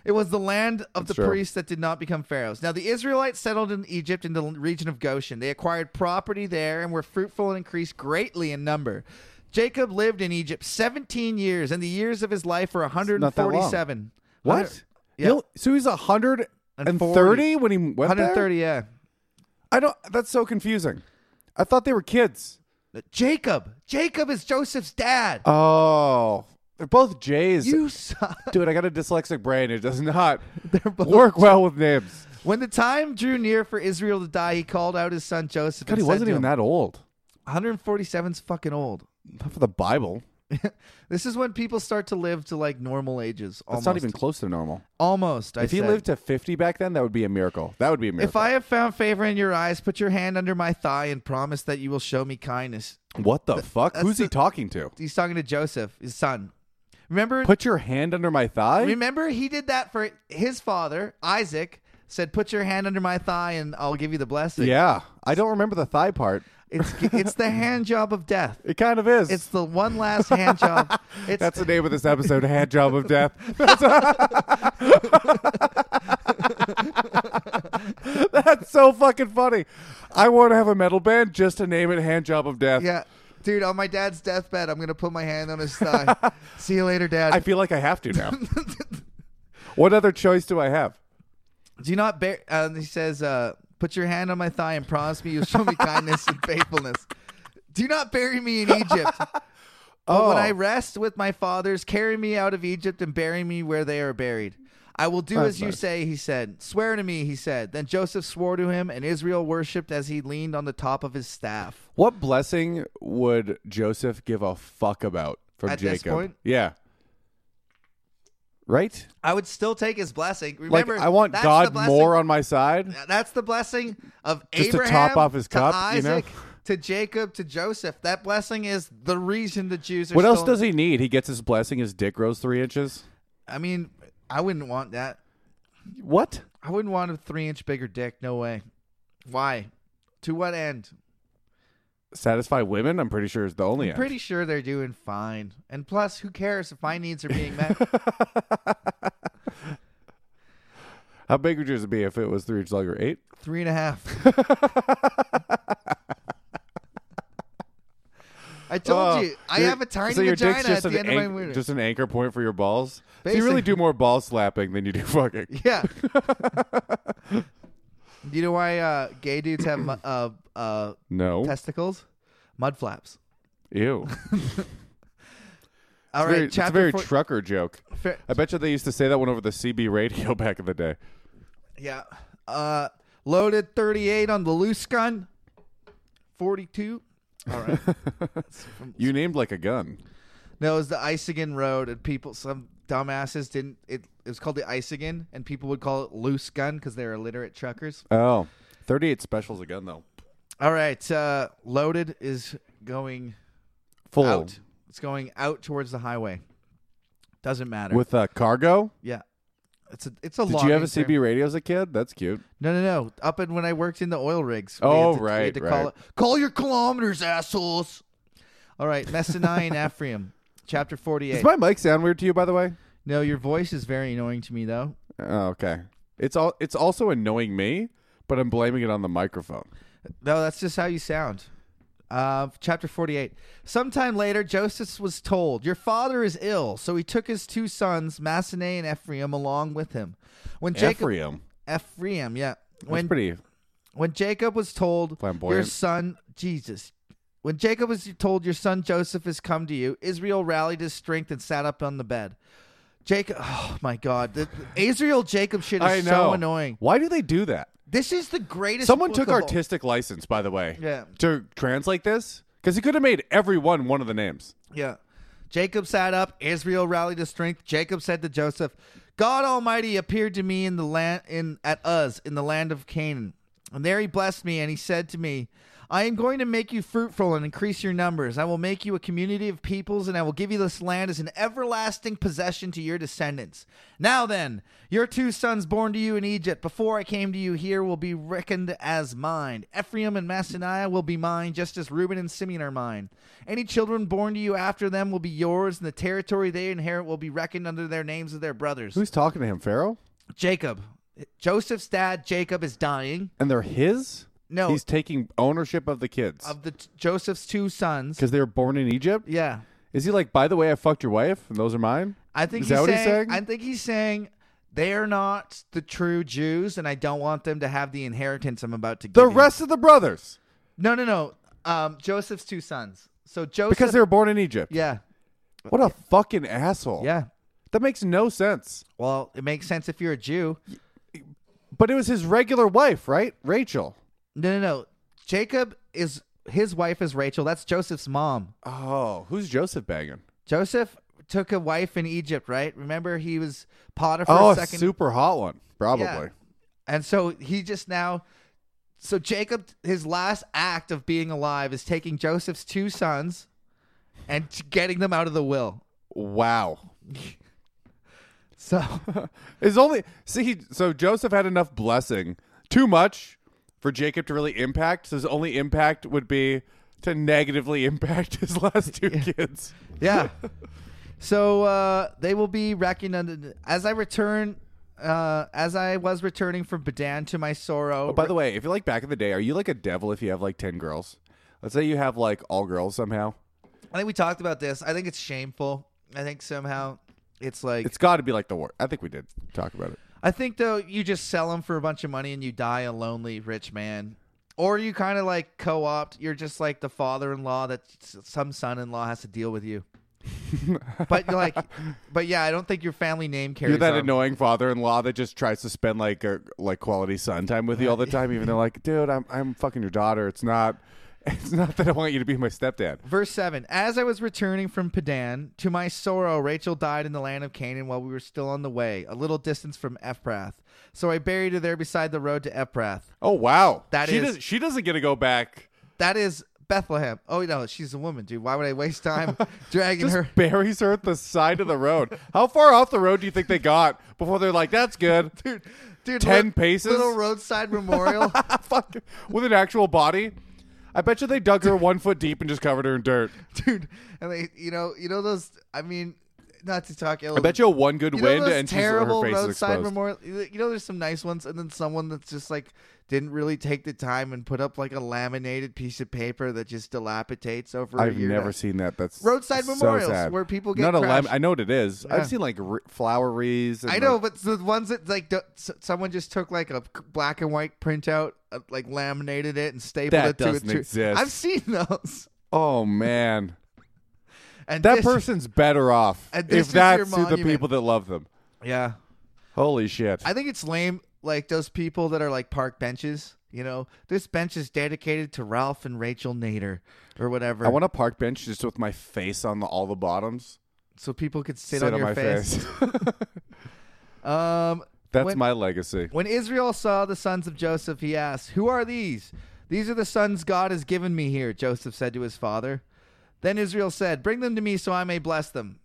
it was the land of That's the true. priests that did not become pharaohs. Now the Israelites settled in Egypt in the region of Goshen. They acquired property there and were fruitful and increased greatly in number. Jacob lived in Egypt 17 years, and the years of his life were not that long. 147. what? Yeah. He'll- So he's hundred and 140. thirty when he went there? 130, yeah. I don't. That's so confusing. I thought they were kids. Jacob. Jacob is Joseph's dad. Oh, they're both J's. you suck. Dude, I got a dyslexic brain. It does not both work well with names. When the time drew near for Israel to die, he called out his son Joseph. God, he wasn't even that old. 147's fucking old. Not for the Bible. This is when people start to live to like normal ages. Almost. That's not even close to normal. Almost. I If he said. lived to 50 back then, that would be a miracle. That would be a If miracle. I have found favor in your eyes, put your hand under my thigh and promise that you will show me kindness. what the fuck? that's Who's he the- talking to? He's talking to Joseph, his son. Remember, Put your hand under my thigh? remember, he did that for his father, Isaac. Said, "Put your hand under my thigh, and I'll give you the blessing." yeah. I don't remember the thigh part. It's it's the hand job of death. It kind of is. It's the one last hand job. It's That's the name of this episode, Hand Job of Death. That's, That's so fucking funny. I want to have a metal band just to name it Hand Job of Death. yeah, dude. On my dad's deathbed, I'm gonna put my hand on his thigh. See you later, dad. I feel like I have to now. what other choice do I have? Do not bear. Uh, he says, uh, "Put your hand on my thigh and promise me you'll show me kindness and faithfulness. Do not bury me in Egypt, but Oh. when I rest with my fathers, carry me out of Egypt and bury me where they are buried. I will do That's as you nice. say." He said, "Swear to me," he said. Then Joseph swore to him, and Israel worshipped as he leaned on the top of his staff. What blessing would Joseph give a fuck about from At Jacob? this point? Yeah. right? I would still take his blessing. Like Remember, I want that's the God blessing- more on my side. That's the blessing of Just to top Abraham off his cup, to you know? Isaac, to Jacob, to Joseph. That blessing is the reason the Jews are. What else still- does he need? He gets his blessing. His dick grows three inches. I mean? I wouldn't want that. What? I wouldn't want a three-inch bigger dick. No way. Why? To what end? Satisfy women? I'm pretty sure is the only. end. Pretty sure they're doing fine. And plus, who cares if my needs are being met? How big would yours be if it was three inches longer? Eight. Three and a half. I told Oh, you, I your- have a tiny so your dick's vagina at just the an end of my anch- wiener. Just an anchor point for your balls. So you really Basically. do more ball slapping than you do fucking. Yeah. you know why uh, gay dudes have mu- uh, uh, No. testicles? Mud flaps. Ew. All It's right, very- it's a chapter very four- trucker joke. fair- I bet you they used to say that one over the CB radio back in the day. yeah. Uh, loaded 38 on the loose gun. 42. All right. You named like a gun. No, it was the Isagen Road, and people, some dumbasses didn't. It, it was called the Isagen, and people would call it loose gun because they're illiterate truckers. Oh. 38 specials a gun though. All right, uh, loaded is going Full out. It's going out towards the highway. Doesn't matter. with uh, cargo. yeah, it's a it's a. Did you have a logging term. CB radio as a kid? That's cute. No, no, no. Up and when I worked in the oil rigs. we Oh, had to- we had right, to call, right. it- call your kilometers, assholes. All right, Messani and Ephraim, chapter forty-eight. Does my mic sound weird to you, by the way? no, your voice is very annoying to me, though. Oh, okay. It's all. It's also annoying me, but I'm blaming it on the microphone. No, that's just how you sound. Uh, chapter 48. Sometime later, Joseph was told, Your father is ill. So he took his two sons, Massenet and Ephraim, along with him. When Jacob. Ephraim. Ephraim, yeah. That's When, pretty. when Jacob was told, Your Flamboyant. son, Jesus. When Jacob was told, Your son Joseph has come to you, Israel rallied his strength and sat up on the bed. Jacob, oh my God. The, the Israel Jacob shit I is know. so annoying. Why do they do that? This is the greatest. Someone book took of all- artistic license, by the way. Yeah. To translate this, because he could have made every one one of the names. Yeah. Jacob sat up. Israel rallied his strength. Jacob said to Joseph, "God Almighty appeared to me in the land in at Uz in the land of Canaan, and there He blessed me. And He said to me." I am going to make you fruitful and increase your numbers. I will make you a community of peoples, and I will give you this land as an everlasting possession to your descendants. Now then, your two sons born to you in Egypt before I came to you here will be reckoned as mine. Ephraim and Massaniah will be mine, just as Reuben and Simeon are mine. Any children born to you after them will be yours, and the territory they inherit will be reckoned under their names of their brothers. Who's talking to him, Pharaoh? Jacob. Joseph's dad, Jacob, is dying And they're his. No. he's taking ownership of the kids of the Joseph's two sons. because they were born in Egypt. Yeah. Is he like, by the way, I fucked your wife, and those are mine? I think Is he's that what he's saying, saying? I think he's saying they are not the true Jews, and I don't want them to have the inheritance I'm about to give. The you. rest of the brothers, No, no, no. Um, Joseph's two sons. So Joseph. because they were born in Egypt. yeah, What a fucking asshole. yeah. That makes no sense. Well, it makes sense if you're a Jew. But it was his regular wife, right? Rachel. No, no, no. Jacob is his wife is Rachel. That's Joseph's mom. Oh, who's Joseph banging? Joseph took a wife in Egypt, right? Remember, he was Potiphar's Oh, a second. super hot one, probably. Yeah. And so he just now. So Jacob, his last act of being alive is taking Joseph's two sons and t- getting them out of the will. Wow. So Is only see he, so Joseph had enough blessing, too much for Jacob to really impact. So his only impact would be to negatively impact his last two kids. yeah. So uh, they will be reckoned under. As I return, uh, as I was returning from Badan to my sorrow. Oh, By the way, if you're like back in the day, are you like a devil if you have like ten girls? Let's say you have like all girls somehow. I think we talked about this. I think it's shameful. I think somehow it's like It's got to be like the war. I think we did talk about it. I think though you just sell them for a bunch of money and you die a lonely rich man, or you kind of like co-opt. You're just like the father-in-law that s- some son-in-law has to deal with you. but you're like, but yeah, I don't think your family name carries. You're that on. annoying father-in-law that just tries to spend er, like a, like quality son time with you all the time, even though like, dude, I'm I'm fucking your daughter. It's not It's not that I want you to be my stepdad. Verse 7 As I was returning from Padan, to my sorrow, Rachel died in the land of Canaan while we were still on the way, a little distance from Ephrath. So I buried her there beside the road to Ephrath. Oh wow, That she is- doesn't, she doesn't get to go back. That is Bethlehem. Oh, no, she's a woman, dude. Why would I waste time dragging Just her? buries her at the side of the road. How far off the road do you think they got before they're like, "That's good, Dude, dude, 10 little- paces? Little roadside memorial. fuck," with an actual body? I bet you they dug her one foot deep and just covered her in dirt. dude. And they, you know, you know those. I mean, not to talk ill. I bet you a one good You know wind those and she's, her terrible face is roadside exposed. memorial. You know, there's some nice ones, and then someone that's just like didn't really take the time and put up like a laminated piece of paper that just dilapidates over. I've a year never now. seen that. That's Roadside so memorials sad. where people get not a lam- crashed. I know what it is. Yeah. I've seen like r- flower wreaths. And I know, but the ones that like do- s- someone just took like a c- black and white printout, uh, like laminated it and stapled That it to doesn't it. too. exist. I've seen those. oh man, And that this- person's better off And this if is your that's who the monument. people that love them. yeah, Holy shit! I think it's lame. Like those people that are like park benches. You know, this bench is dedicated to Ralph and Rachel Nader or whatever. I want a park bench just with my face on the, all the bottoms. so people could sit, Sit on, your my face. face. Um, That's when, my legacy. when Israel saw the sons of Joseph, he asked, "Who are these?" "These are the sons God has given me here," Joseph said to his father. Then Israel said, "Bring them to me so I may bless them."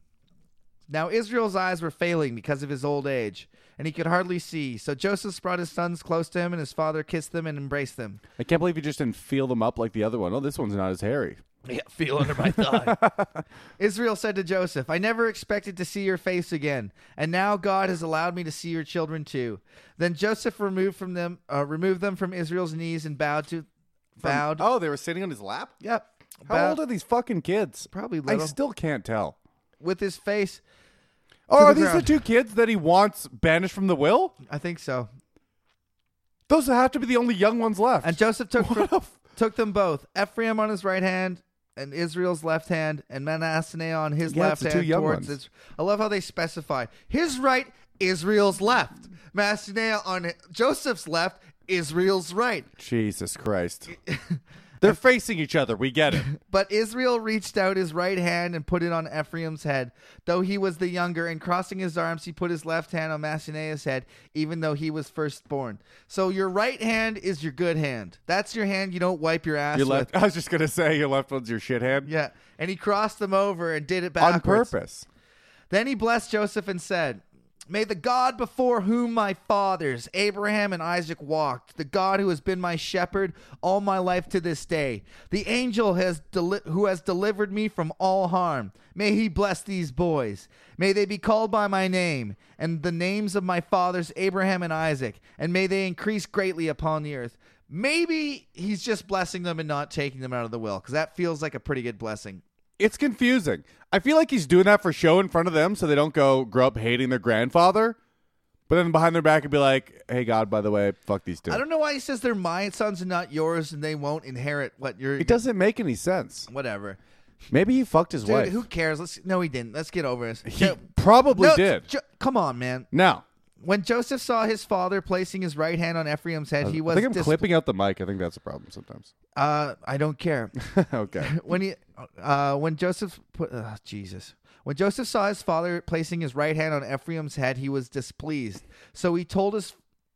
Now Israel's eyes were failing because of his old age, and he could hardly see. So Joseph brought his sons close to him, and his father kissed them and embraced them. I can't believe you just didn't feel them up like the other one. Oh, this one's not as hairy. Yeah, feel under my thigh. Israel said to Joseph, I never expected to see your face again, and now God has allowed me to see your children too. Then Joseph removed from them uh, removed them from Israel's knees and bowed to bowed. Oh, they were sitting on his lap. yep. How bowed old are these fucking kids? Probably I little. still can't tell. with his face. Oh, the are these ground. the two kids that he wants banished from the will? I think so. Those have to be the only young ones left. And Joseph took What fr- a f- took them both, Ephraim on his right hand and Israel's left hand, and Manasseh on his Yeah, left it's the hand two young towards ones. Is- I love how they specify his right, Israel's left. Manasseh on Joseph's left, Israel's right. Jesus Christ. They're facing each other. We get it. But Israel reached out his right hand and put it on Ephraim's head, though he was the younger, and crossing his arms, he put his left hand on Massanaeus' head, even though he was firstborn. So your right hand is your good hand. That's your hand you don't wipe your ass Your with. left. I was just gonna say your left one's your shit hand Yeah. And he crossed them over and did it on backwards. purpose. Then he blessed Joseph and said, May the God before whom my fathers, Abraham and Isaac, walked, the God who has been my shepherd all my life to this day, the angel has deli- who has delivered me from all harm, may he bless these boys. May they be called by my name and the names of my fathers, Abraham and Isaac, and may they increase greatly upon the earth. Maybe he's just blessing them and not taking them out of the will, because that feels like a pretty good blessing. It's confusing. I feel like he's doing that for show in front of them so they don't go grow up hating their grandfather, but then behind their back and be like, "Hey God, by the way, fuck these two. I don't know why he says they're my sons and not yours, and they won't inherit what you're. It doesn't make any sense. Whatever, Maybe he fucked his dude. wife. Who cares? Let's. No, he didn't. Let's get over this. he probably no, did. Jo- come on, man. now, When Joseph saw his father placing his right hand on Ephraim's head, he was. Uh, I think I'm dis- clipping out the mic. I think that's a problem sometimes. uh, I don't care. okay. when he, uh, when Joseph put, uh, Jesus, when Joseph saw his father placing his right hand on Ephraim's head, he was displeased. So he told his,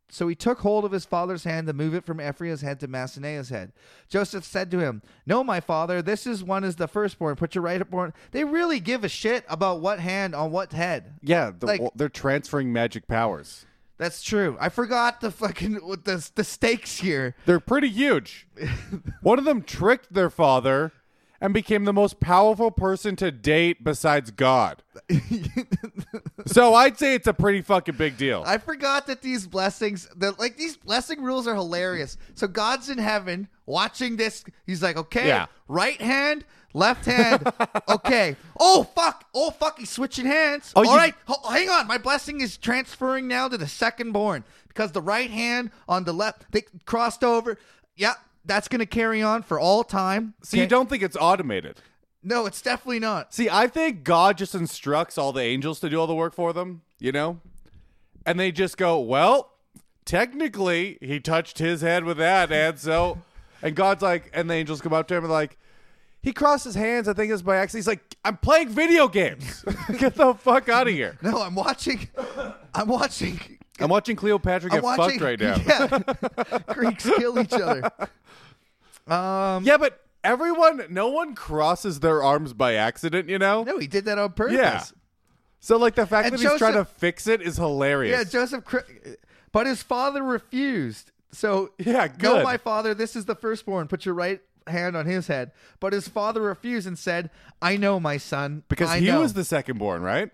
so he took hold of his father's hand to move it from Ephraim's head to Massena's head. Joseph said to him, "No, my father, this is one is the firstborn. Put your right upborn." They really give a shit about what hand on what head. Yeah, the, Like- they're transferring magic powers. That's true. I forgot the fucking what the the stakes here. They're pretty huge. One of them tricked their father and became the most powerful person to date besides God. so I'd say it's a pretty fucking big deal. I forgot that these blessings, that like these blessing rules are hilarious. So God's in heaven watching this. He's like, okay, Yeah. right hand, left hand, okay. Oh fuck! Oh fuck! He's switching hands. All Oh, right, you- ho- hang on. My blessing is transferring now to the second born because the right hand on the left they crossed over. Yeah, that's gonna carry on for all time. so you don't think it's automated? No, it's definitely not. See, I think God just instructs all the angels to do all the work for them, you know? And they just go, well, technically, he touched his head with that, and so And God's like, and the angels come up to him and like, he crossed his hands. I think it's by accident. He's like, I'm playing video games. Get the fuck out of here. No, I'm watching. I'm watching. I'm watching Cleopatra get I'm watching. fucked right now. Yeah. Greeks kill each other. Um, Yeah, but everyone, no one crosses their arms by accident, you know? No, he did that on purpose. yeah. So, like, the fact And that he's trying to Joseph- fix it is Yeah, hilarious. Joseph. Cri- But his father refused. So Yeah, go, good. my father. This is the firstborn. Put your right hand on his head. But his father refused and said, "I know, my son, because I he know. was the second born, right?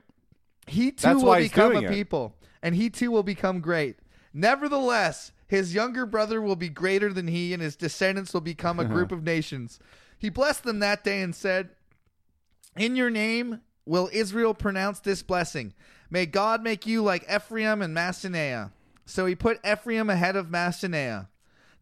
he too That's will why he's become doing a it. people, and he too will become great. Nevertheless, his younger brother will be greater than he, and his descendants will become Uh-huh. a group of nations." He blessed them that day and said, in your name will Israel pronounce this blessing. May God make you like Ephraim and Massaniah. So he put Ephraim ahead of Massaniah.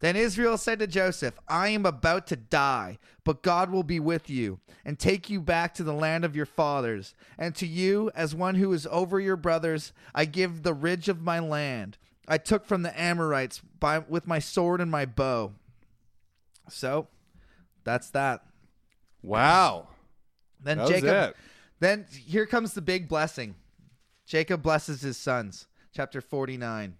Then Israel said to Joseph, I am about to die, but God will be with you and take you back to the land of your fathers. And to you, as one who is over your brothers, I give the ridge of my land. I took from the Amorites by, with my sword and my bow. So that's that. Wow. Then That was Jacob. it. Then here comes the big blessing. Jacob blesses his sons. Chapter 49.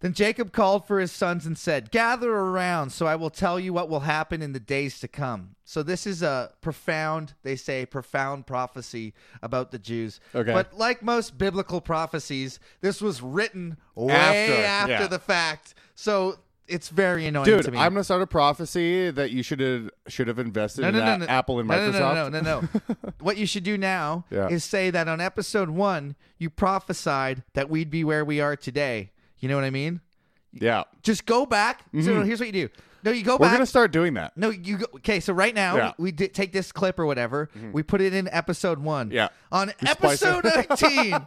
Then Jacob called for his sons and said, Gather around, so I will tell you what will happen in the days to come. So, this is a profound, they say, profound prophecy about the Jews. Okay. But, like most biblical prophecies, this was written way After, after, yeah. the fact. So, it's very annoying to Dude, me. I'm gonna start a prophecy that you should have should have invested no, in no, no, a- no. Apple and no, Microsoft. No, no, no, no, no. what you should do now Yeah. is say that on episode one, you prophesied that we'd be where we are today. You know what I mean? Yeah, Just go back. So no, here's what you do. No, you go Mm-hmm. we're back. gonna start doing that. No, you go. Okay, so right now Yeah. Mm-hmm. we did take this clip or whatever. We put it in episode one. Yeah. On spice it. episode 19.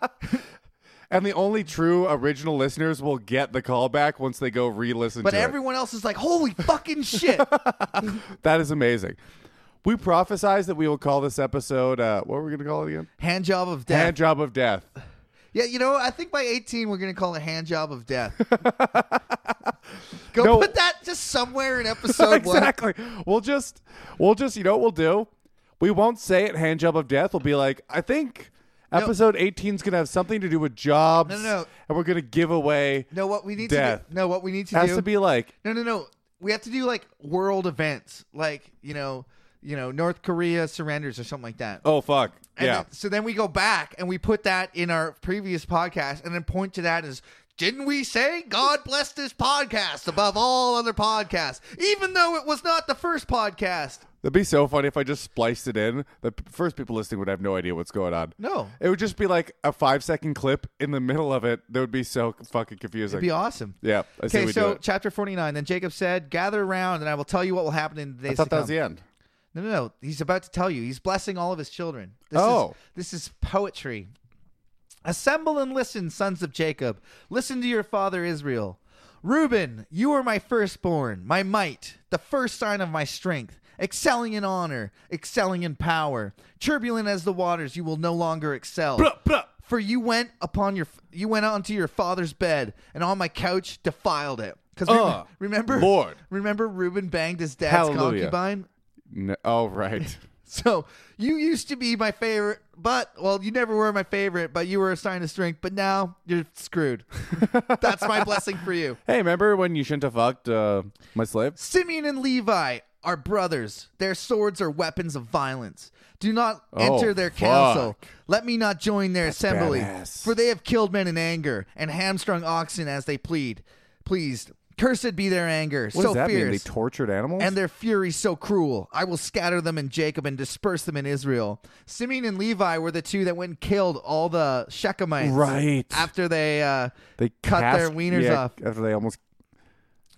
And the only true original listeners will get the callback once they go re-listen. But to it. everyone else is like, holy fucking shit. that is amazing. We prophesize that we will call this episode. Uh, what were we gonna call it again? hand job of death. Hand job of death. yeah, you know, I think by 18, we're going to call it hand job of death. go No. put that just somewhere in episode one. exactly. We'll just, we'll just, you know what we'll do? We won't say it. Hand job of death. We'll be like, I think episode 18 is gonna have something to do with jobs. No, no, no. And we're gonna give away. No, what we need Death. to do, no, what we need to has do to be like no, no, no. We have to do like world events, like you know, you know, North Korea surrenders or something like that. Oh fuck! And yeah, then- so then we go back and we put that in our previous podcast, and then point to that as. Didn't we say God bless this podcast above all other podcasts, even though it was not the first podcast? that'd be so funny if I just spliced it in. The p- first people listening would have no idea what's going on. No, It would just be like a five second clip in the middle of it. That would be so fucking confusing. it'd be awesome. yeah, I see Okay, we so do it. chapter forty nine. Then Jacob said, "Gather around, and I will tell you what will happen in the days I thought to that come." was the end. No, no, no. He's about to tell you. He's blessing all of his children. This Oh. Is, this is poetry. Assemble and listen, sons of Jacob. Listen to your father Israel. Reuben, you are my firstborn, my might, the first sign of my strength, excelling in honor, excelling in power. Turbulent as the waters, you will no longer excel. For you went upon your you went onto your father's bed and on my couch defiled it. Because Uh, remember, Lord. remember, Reuben banged his dad's Hallelujah. concubine. No, oh right. So you used to be my favorite, but well, you never were my favorite, but you were a sign of strength. But now you're screwed. That's my blessing for you. hey, remember when you shouldn't have fucked uh, my slave? Simeon and Levi are brothers. Their swords are weapons of violence. Do not Oh, enter their fuck. council. Let me not join their assembly, badass. for they have killed men in anger and hamstrung oxen as they plead. Pleased, cursed be their anger, What so does that fierce. mean? They tortured animals. And their fury so cruel. I will scatter them in Jacob and disperse them in Israel. Simeon and Levi were the two that went and killed all the Shechemites. Right. After they uh, they cut their cast- wieners yeah, off. after they almost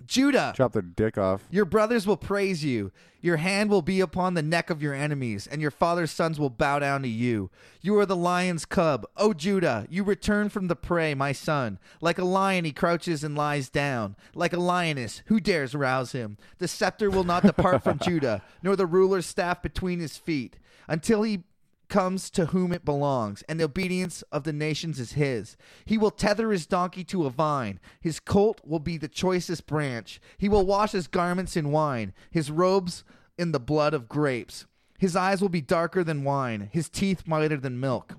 Judah. chopped their dick off. Your brothers will praise you. Your hand will be upon the neck of your enemies, and your father's sons will bow down to you. You are the lion's cub. O Judah, you return from the prey, my son. Like a lion, he crouches and lies down. Like a lioness, who dares rouse him? The scepter will not depart from Judah, nor the ruler's staff between his feet, until he comes to whom it belongs, and the obedience of the nations is his. He will tether his donkey to a vine, his colt will be the choicest branch. He will wash his garments in wine, his robes in the blood of grapes. His eyes will be darker than wine, his teeth whiter than milk.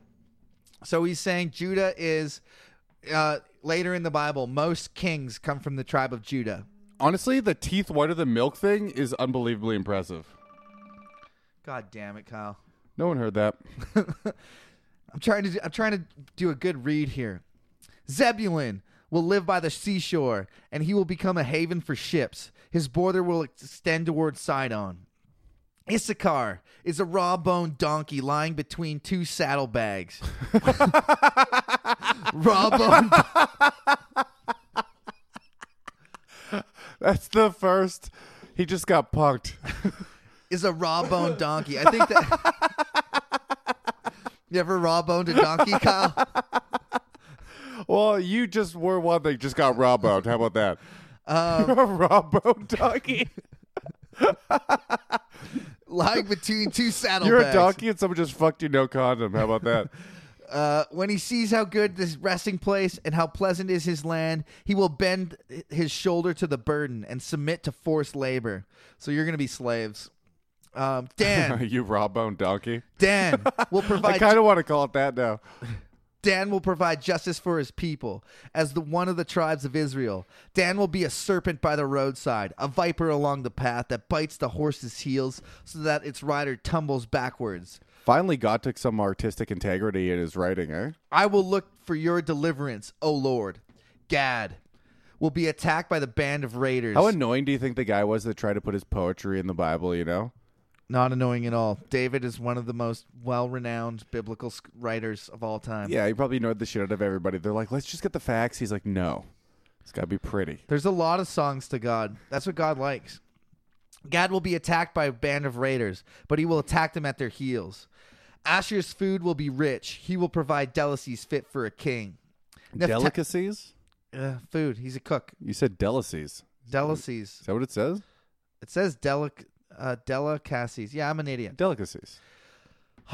So he's saying Judah is uh, later in the Bible. Most kings come from the tribe of Judah. Honestly, the teeth whiter than milk thing is unbelievably impressive. God damn it, Kyle! No one heard that. I'm trying to do, I'm trying to do a good read here. Zebulun will live by the seashore, and he will become a haven for ships. His border will extend toward Sidon. Issachar is a raw boned donkey lying between two saddlebags. raw boned That's the first. He just got punked. is a raw boned donkey. I think that. you ever raw boned a donkey, Kyle? Well, you just were one that just got raw boned. How about that? Um, You're a raw boned donkey. Lying between two saddlebags. You're a donkey and someone just fucked you no condom. How about that? Uh, when he sees how good this resting place and how pleasant is his land, he will bend his shoulder to the burden and submit to forced labor. So you're going to be slaves. Um, Dan, you raw boned donkey. Dan will Oh I provide kind of want to call it that now. Dan will provide justice for his people as the one of the tribes of Israel. Dan will be a serpent by the roadside, a viper along the path that bites the horse's heels so that its rider tumbles backwards. Finally, God took some artistic integrity in his writing, eh? I will look for your deliverance, O Lord. Gad will be attacked by the band of raiders. How annoying do you think the guy was that tried to put his poetry in the Bible, you know? Not annoying at all. David is one of the most well-renowned biblical sc- writers of all time. Yeah, he probably annoyed the shit out of everybody. They're like, let's just get the facts. He's like, no, it's got to be pretty. There's a lot of songs to God. That's what God likes. Gad will be attacked by a band of raiders, but he will attack them at their heels. Asher's food will be rich. He will provide delicacies fit for a king. Neph- Delicacies? uh, food. He's a cook. You said delicacies. Delicacies. Is that what it says? It says delic uh, delicacies. Yeah, I'm an idiot. Delicacies.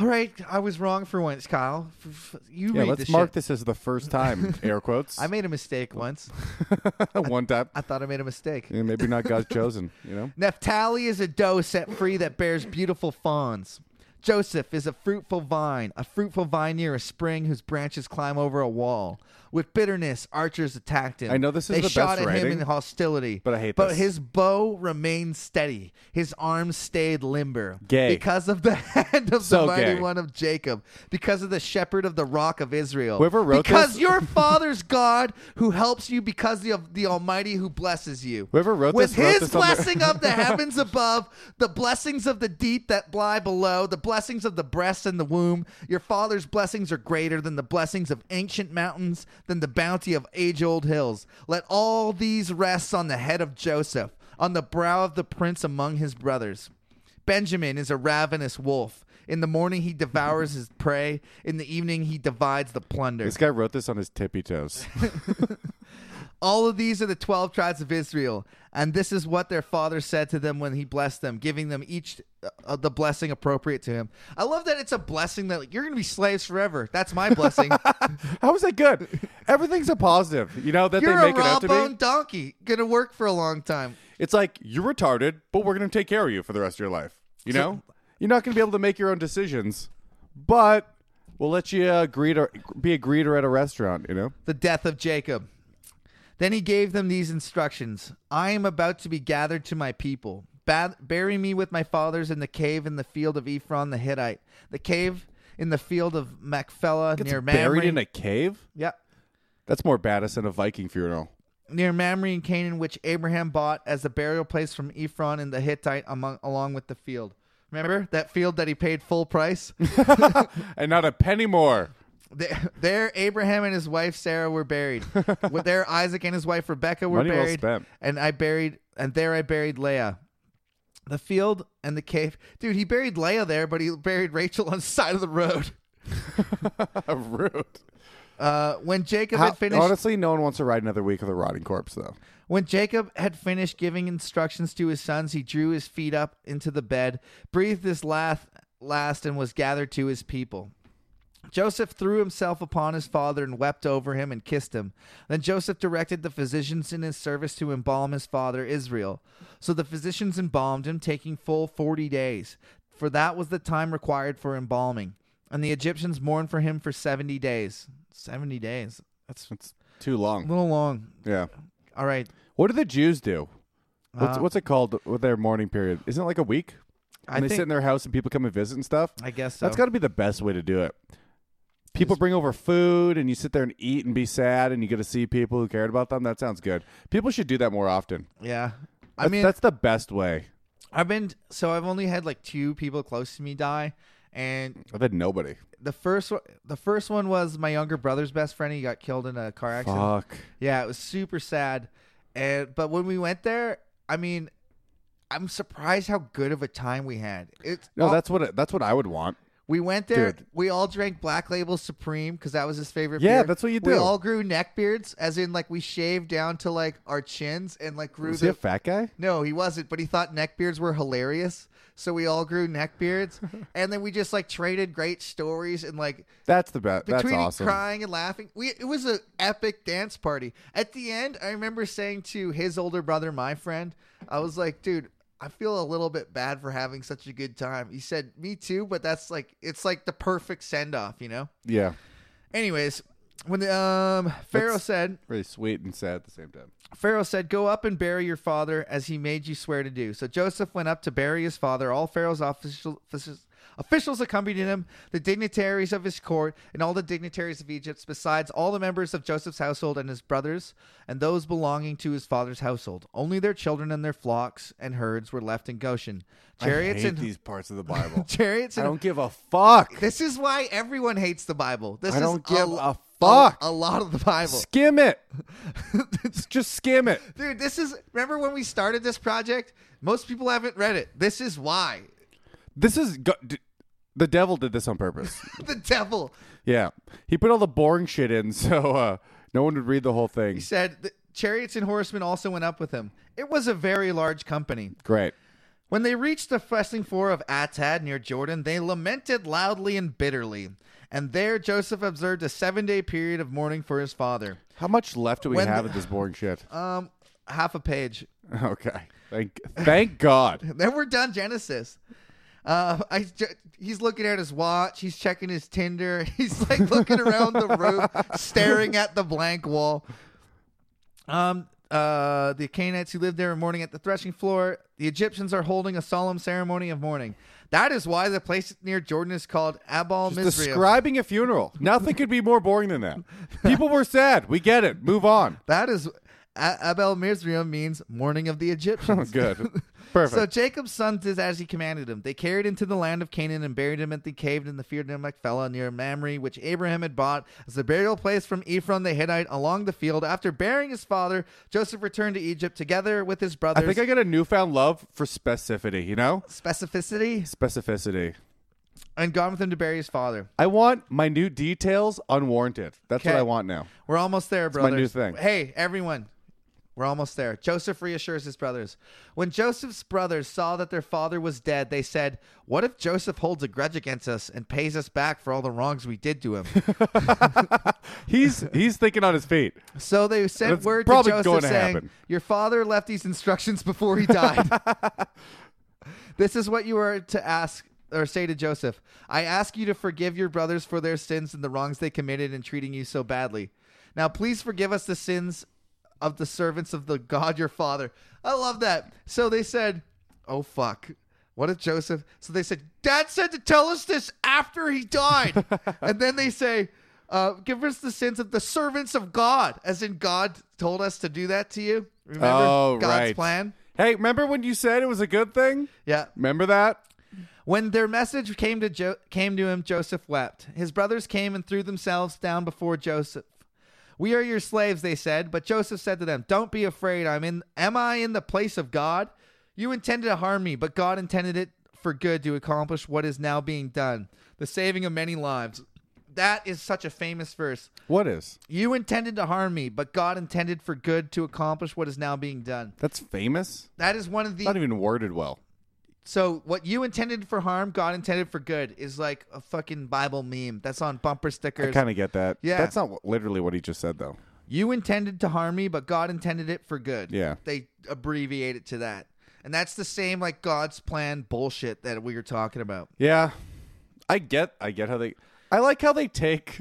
All right, I was wrong for once, Kyle. F- f- you Yeah, read let's this mark shit. this as the first time, air quotes. I made a mistake once. One time. I thought I made a mistake. Yeah, maybe not God's chosen, you know? Naphtali is a doe set free that bears beautiful fawns. Joseph is a fruitful vine, a fruitful vine near a spring whose branches climb over a wall. With bitterness, archers attacked him. I know this is they the best shot at him writing, in hostility, but I hate But this. his bow remained steady; his arms stayed limber. Gay. because of the hand of So the mighty gay. one of Jacob, because of the shepherd of the rock of Israel. Whoever wrote because this- your father's God, who helps you because of the Almighty who blesses you. Whoever wrote With this wrote his this on their- blessing of the heavens above, the blessings of the deep that lie below, the blessings of the breast and the womb. Your father's blessings are greater than the blessings of ancient mountains, than the bounty of age old hills. Let all these rest on the head of Joseph, on the brow of the prince among his brothers. Benjamin is a ravenous wolf. In the morning he devours his prey, in the evening he divides the plunder. This guy wrote this on his tippy toes. All of these are the 12 tribes of Israel, and this is what their father said to them when he blessed them, giving them each uh, the blessing appropriate to him. I love that it's a blessing that like, you're going to be slaves forever. That's my blessing. How is that good? Everything's a positive, you know, that you're they a make it raw out to boned be. donkey, going to work for a long time. It's like, you're retarded, but we're going to take care of you for the rest of your life, you know? You're not going to be able to make your own decisions, but we'll let you uh, greeter, be a greeter at a restaurant, you know? The death of Jacob. Then he gave them these instructions I am about to be gathered to my people. Ba- bury me with my fathers in the cave in the field of Ephron the Hittite, the cave in the field of Machpelah Gets near Mamre. buried in a cave? Yep. That's more badass than a Viking funeral. near Mamre and Canaan, which Abraham bought as a burial place from Ephron and the Hittite, among, along with the field. Remember that field that he paid full price? And not a penny more. there, there Abraham and his wife Sarah were buried. With there, Isaac and his wife Rebecca were Money well buried. spent. And I buried, and there I buried Leah. The field and the cave, dude. He buried Leah there, but he buried Rachel on the side of the road. Rude. Uh, when Jacob How- had finished, honestly, no one wants to ride another week of the rotting corpse, though. When Jacob had finished giving instructions to his sons, he drew his feet up into the bed, breathed his last last and was gathered to his people. Joseph threw himself upon his father and wept over him and kissed him. Then Joseph directed the physicians in his service to embalm his father Israel. So the physicians embalmed him, taking full forty days, for that was the time required for embalming. And the Egyptians mourned for him for seventy days. Seventy days. That's It's too a long. little long. Yeah. All right. What do the Jews do? What's, Uh, what's it called with their mourning period? Isn't it like a week? And I they sit in think their house and people come and visit and stuff. I guess so. That's got to be the best way to do it. People bring over food and you sit there and eat and be sad and you get to see people who cared about them. That sounds good. People should do that more often. yeah. I That's- mean, that's the best way. I've been so I've only had like two people close to me die, and I've had nobody. the first one, the first one was my younger brother's best friend. He got killed in a car accident. Fuck. Yeah, it was super sad. And but when we went there, I mean, I'm surprised how good of a time we had. It's No, all- that's what it, that's what I would want. we went there. Dude. We all drank Black Label Supreme because that was his favorite. Yeah, beer. that's what you We do. all grew neck beards, as in like we shaved down to like our chins and like grew Was the he a fat guy? no, he wasn't, but he thought neck beards were hilarious. So we all grew neck beards. and then we just like traded great stories and like That's the best. That's between awesome. crying and laughing. We it was an epic dance party. At the end, I remember saying to his older brother, my friend, I was like, dude, I feel a little bit bad for having such a good time. He said, Me too, but that's like it's like the perfect send off, you know? Yeah, Anyways, when the um Pharaoh That's- said really sweet and sad at the same time. Pharaoh said, Go up and bury your father as he made you swear to do. So Joseph went up to bury his father. All Pharaoh's official, officials, officials accompanied him, the dignitaries of his court, and all the dignitaries of Egypt, besides all the members of Joseph's household and his brothers, and those belonging to his father's household. Only their children and their flocks and herds were left in Goshen. Chariots and these parts of the Bible. chariots I and don't give a fuck. this is why everyone hates the Bible. This I is don't give lo- a fuck. A, lot of the Bible. Skim it. Just skim it. Dude, this is remember when we started this project? Most people haven't read it. This is why. This is go- d- the devil did this on purpose. the devil. yeah, he put all the boring shit in so uh, no one would read the whole He thing. said the chariots and horsemen also went up with him. It was a very large company. Great. When they reached the wrestling floor of Atad near Jordan, they lamented loudly and bitterly. And there Joseph observed a seven day period of mourning for his father. How much left do we When have the- of this boring shit? Um, half a page. Okay. Thank thank God. Then we're done Genesis. Uh, I, he's looking at his watch. He's checking his Tinder. He's like looking around the room, staring at the blank wall. Um, uh, the Canaanites who lived there are mourning at the threshing floor. The Egyptians are holding a solemn ceremony of mourning. That is why the place near Jordan is called Abal Mizraim. Describing a funeral. Nothing could be more boring than that. People were sad. We get it. Move on. that is A- Abel Mizraim means mourning of the Oh, Egyptians. Good. Perfect. So Jacob's sons did as he commanded him. They carried him to the land of Canaan and buried him at the cave in the field near Machpelah near Mamre, which Abraham had bought as the burial place from Ephron the Hittite along the field. After burying his father, Joseph returned to Egypt together with his I brothers. think I got a newfound love for specificity, you know? Specificity Specificity. and gone with him to bury his father. I want minute details unwarranted. That's what Okay. I want now. We're almost there, my brothers. new thing. Hey, everyone. We're almost there. Joseph reassures his brothers. When Joseph's brothers saw that their father was dead, they said, What if Joseph holds a grudge against us and pays us back for all the wrongs we did to him? He's he's thinking on his feet. So they sent That's word to probably Joseph gonna saying, happen. "Your father left these instructions before he died. this is what you are to ask or say to Joseph. I ask you to forgive your brothers for their sins and the wrongs they committed in treating you so badly. Now please forgive us the sins of the servants of the God your father." I love that. So they said, "Oh fuck." What if Joseph? So they said, Dad said to tell us this after he died. and then they say, uh, give us the sins of the servants of God, as in God told us to do that to you. Remember oh, God's right. plan? Hey, remember when you said it was a good thing? Yeah. Remember that? When their message came to jo- came to him, Joseph wept. His brothers came and threw themselves down before Joseph. We are your slaves, they said. But Joseph said to them, Don't be afraid. I'm in. Am I in the place of God? You intended to harm me, but God intended it for good to accomplish what is now being done, the saving of many lives. That is such a famous verse. What is? You intended to harm me, but God intended for good to accomplish what is now being done. That's famous? That is one of the Not even worded well. So what you intended for harm, God intended for good, is like a fucking Bible meme that's on bumper I stickers. kind of get that. Yeah. That's not wh- literally what he just said, though. You intended to harm me, but God intended it for good. Yeah. They abbreviate it to that. And that's the same like God's plan bullshit that we were talking about. Yeah, I get. I get how they. I like how they take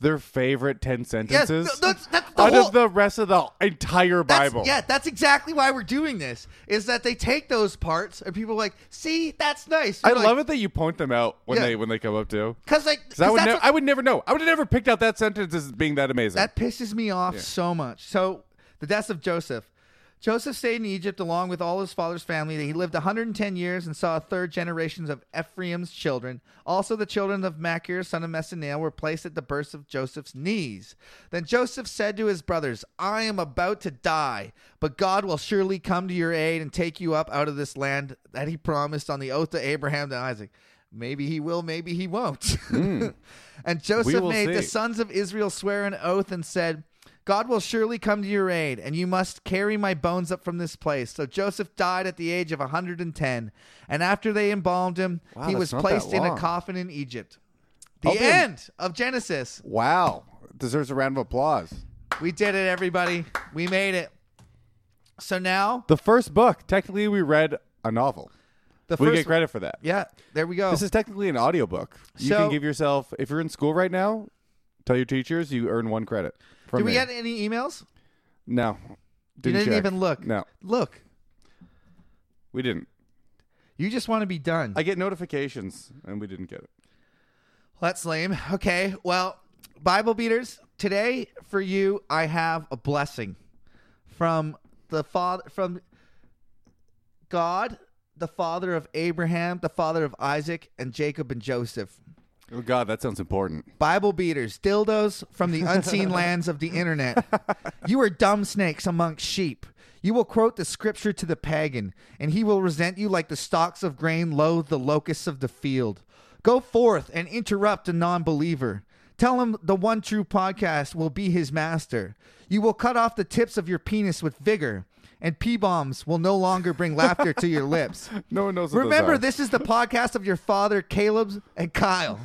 their favorite ten Yes, sentences th- that's- that's the out whole- of the rest of the entire That's, Bible. yeah, that's exactly why we're doing this. Is that they take those parts and people are like, see, that's nice. I love it that you point them out when Yeah. they when they come up to. because like 'Cause I 'cause would, that's ne- what- I would never know. I would have never picked out that sentence as being that amazing. That pisses me off so much. So, the death of Joseph. Joseph stayed in Egypt along with all his father's family. He lived 110 years and saw a third generations of Ephraim's children. Also, the children of Machir, son of Messaneel, were placed at the birth of Joseph's knees. Then Joseph said to his brothers, I am about to die, but God will surely come to your aid and take you up out of this land that he promised on the oath to Abraham and Isaac. Maybe he will, maybe he won't. and Joseph Hmm. will made the see. son sons of Israel swear an oath and said, God will surely come to your aid, and you must carry my bones up from this place. So Joseph died at the age of 110. And after they embalmed him, Wow, he that's was not placed that in a long. coffin in Egypt. The I'll be- end of Genesis. wow, deserves a round of applause. We did it, everybody. We made it. So now, The first book, technically, we read a novel. the We first. get credit for that. Yeah, there we go. This is technically an audiobook. You So- can give yourself if you're in school right now, tell your teachers you earn one credit. From Did we me. get any emails? No. You Didn't didn't check. even look. No, Look, we didn't. you just want to be done. I get notifications, and we didn't get it. Well, That's lame. Okay. Well, Bible beaters, today for you, I have a blessing from the father, from God, the father of Abraham, the father of Isaac, and Jacob and Joseph. Oh God, that sounds important. Bible beaters, dildos from the unseen lands of the internet. You are dumb snakes amongst sheep. You will quote the scripture to the pagan, and he will resent you like the stalks of grain loathe the locusts of the field. Go forth and interrupt a non believer. Tell him the one true podcast will be his master. You will cut off the tips of your penis with vigor, and pee bombs will no longer bring laughter to your lips. No one knows. What Remember, those are. this is the podcast of your father, Caleb's, and Kyle.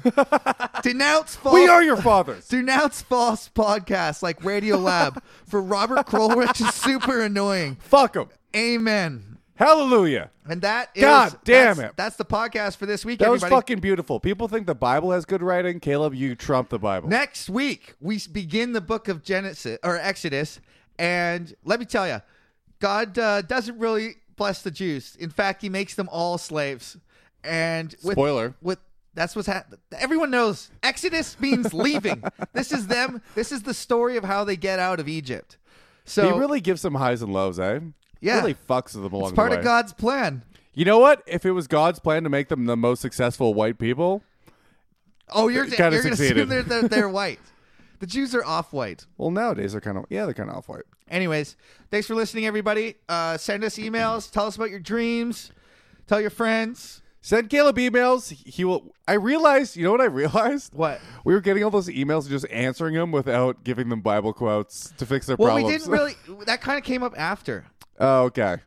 Denounce false. We are your fathers. Denounce false podcasts like Radio Lab for Robert Krulwich is super annoying. Fuck them. Amen. Hallelujah. And that is God damn that's- it. That's the podcast for this week, That was everybody. fucking beautiful. People think the Bible has good writing. Caleb, you trump the Bible. Next week we s- begin the book of Genesis or Exodus, and let me tell you, God uh, doesn't really bless the Jews. In fact, He makes them all slaves. And with, Spoiler. with that's what's happening. Everyone knows Exodus means leaving. this is them. This is the story of how they get out of Egypt. So He really gives them highs and lows, eh? Yeah. Really fucks with them along It's part the way. of God's plan. You know what? If it was God's plan to make them the most successful white people, Oh, you're, you're Kinda going to assume succeeded. they're, they're, they're white. The Jews are off white. well, nowadays they're kind of yeah, they're kind of off white. Anyways, thanks for listening, everybody. Uh, send us emails. Tell us about your dreams. Tell your friends. Send Caleb emails. He will. I realized. You know what I realized? What? We were getting all those emails and just answering them without giving them Bible quotes to fix their Well, problems. we didn't really. That kind of came up after, oh, okay.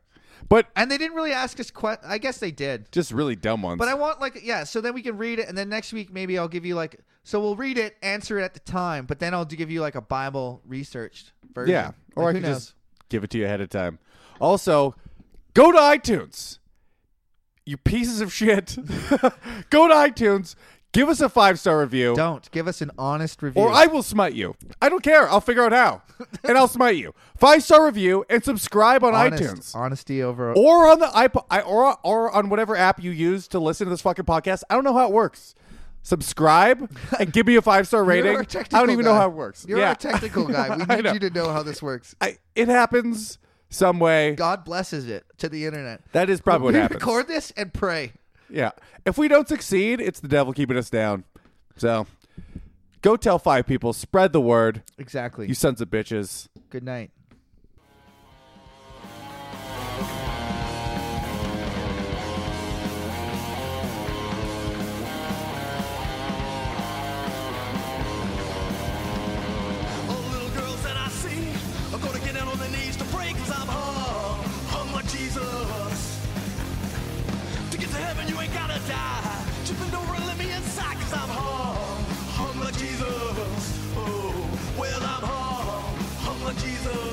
But and they didn't really ask us. Que- I guess they did, just really dumb ones. but I want like yeah. So then we can read it, and then next week maybe I'll give you like. So we'll read it, answer it at the time, but then I'll give you like a Bible researched version. yeah. Or Like, who I could knows? just give it to you ahead of time. Also, go to iTunes. You pieces of shit. go to iTunes. Give us a five star review. don't give us an honest review. Or I will smite you. I don't care. I'll figure out how. and I'll smite you. Five star review and subscribe on Honest- iTunes. honesty over or on the iPod, I- or or on whatever app you use to listen to this fucking podcast. I don't know how it works. Subscribe and give me a five star You're rating. our I technical don't even know guy. how it works. You're yeah, our technical guy. We I need know. you to know how this works. I, it happens some way. God blesses it to the internet. That is probably what we happens. record this and pray. Yeah, if we don't succeed, it's the devil keeping us down. So, go tell five people. Spread the word. Exactly. You sons of bitches. Good night. All the little girls that I see are gonna get down on their knees to pray, cause I'm hung, hung like Jesus. and you ain't gotta die. Tripping over and let me inside, cause I'm hung, hung like Jesus. Oh, well, I'm hung, hung like Jesus.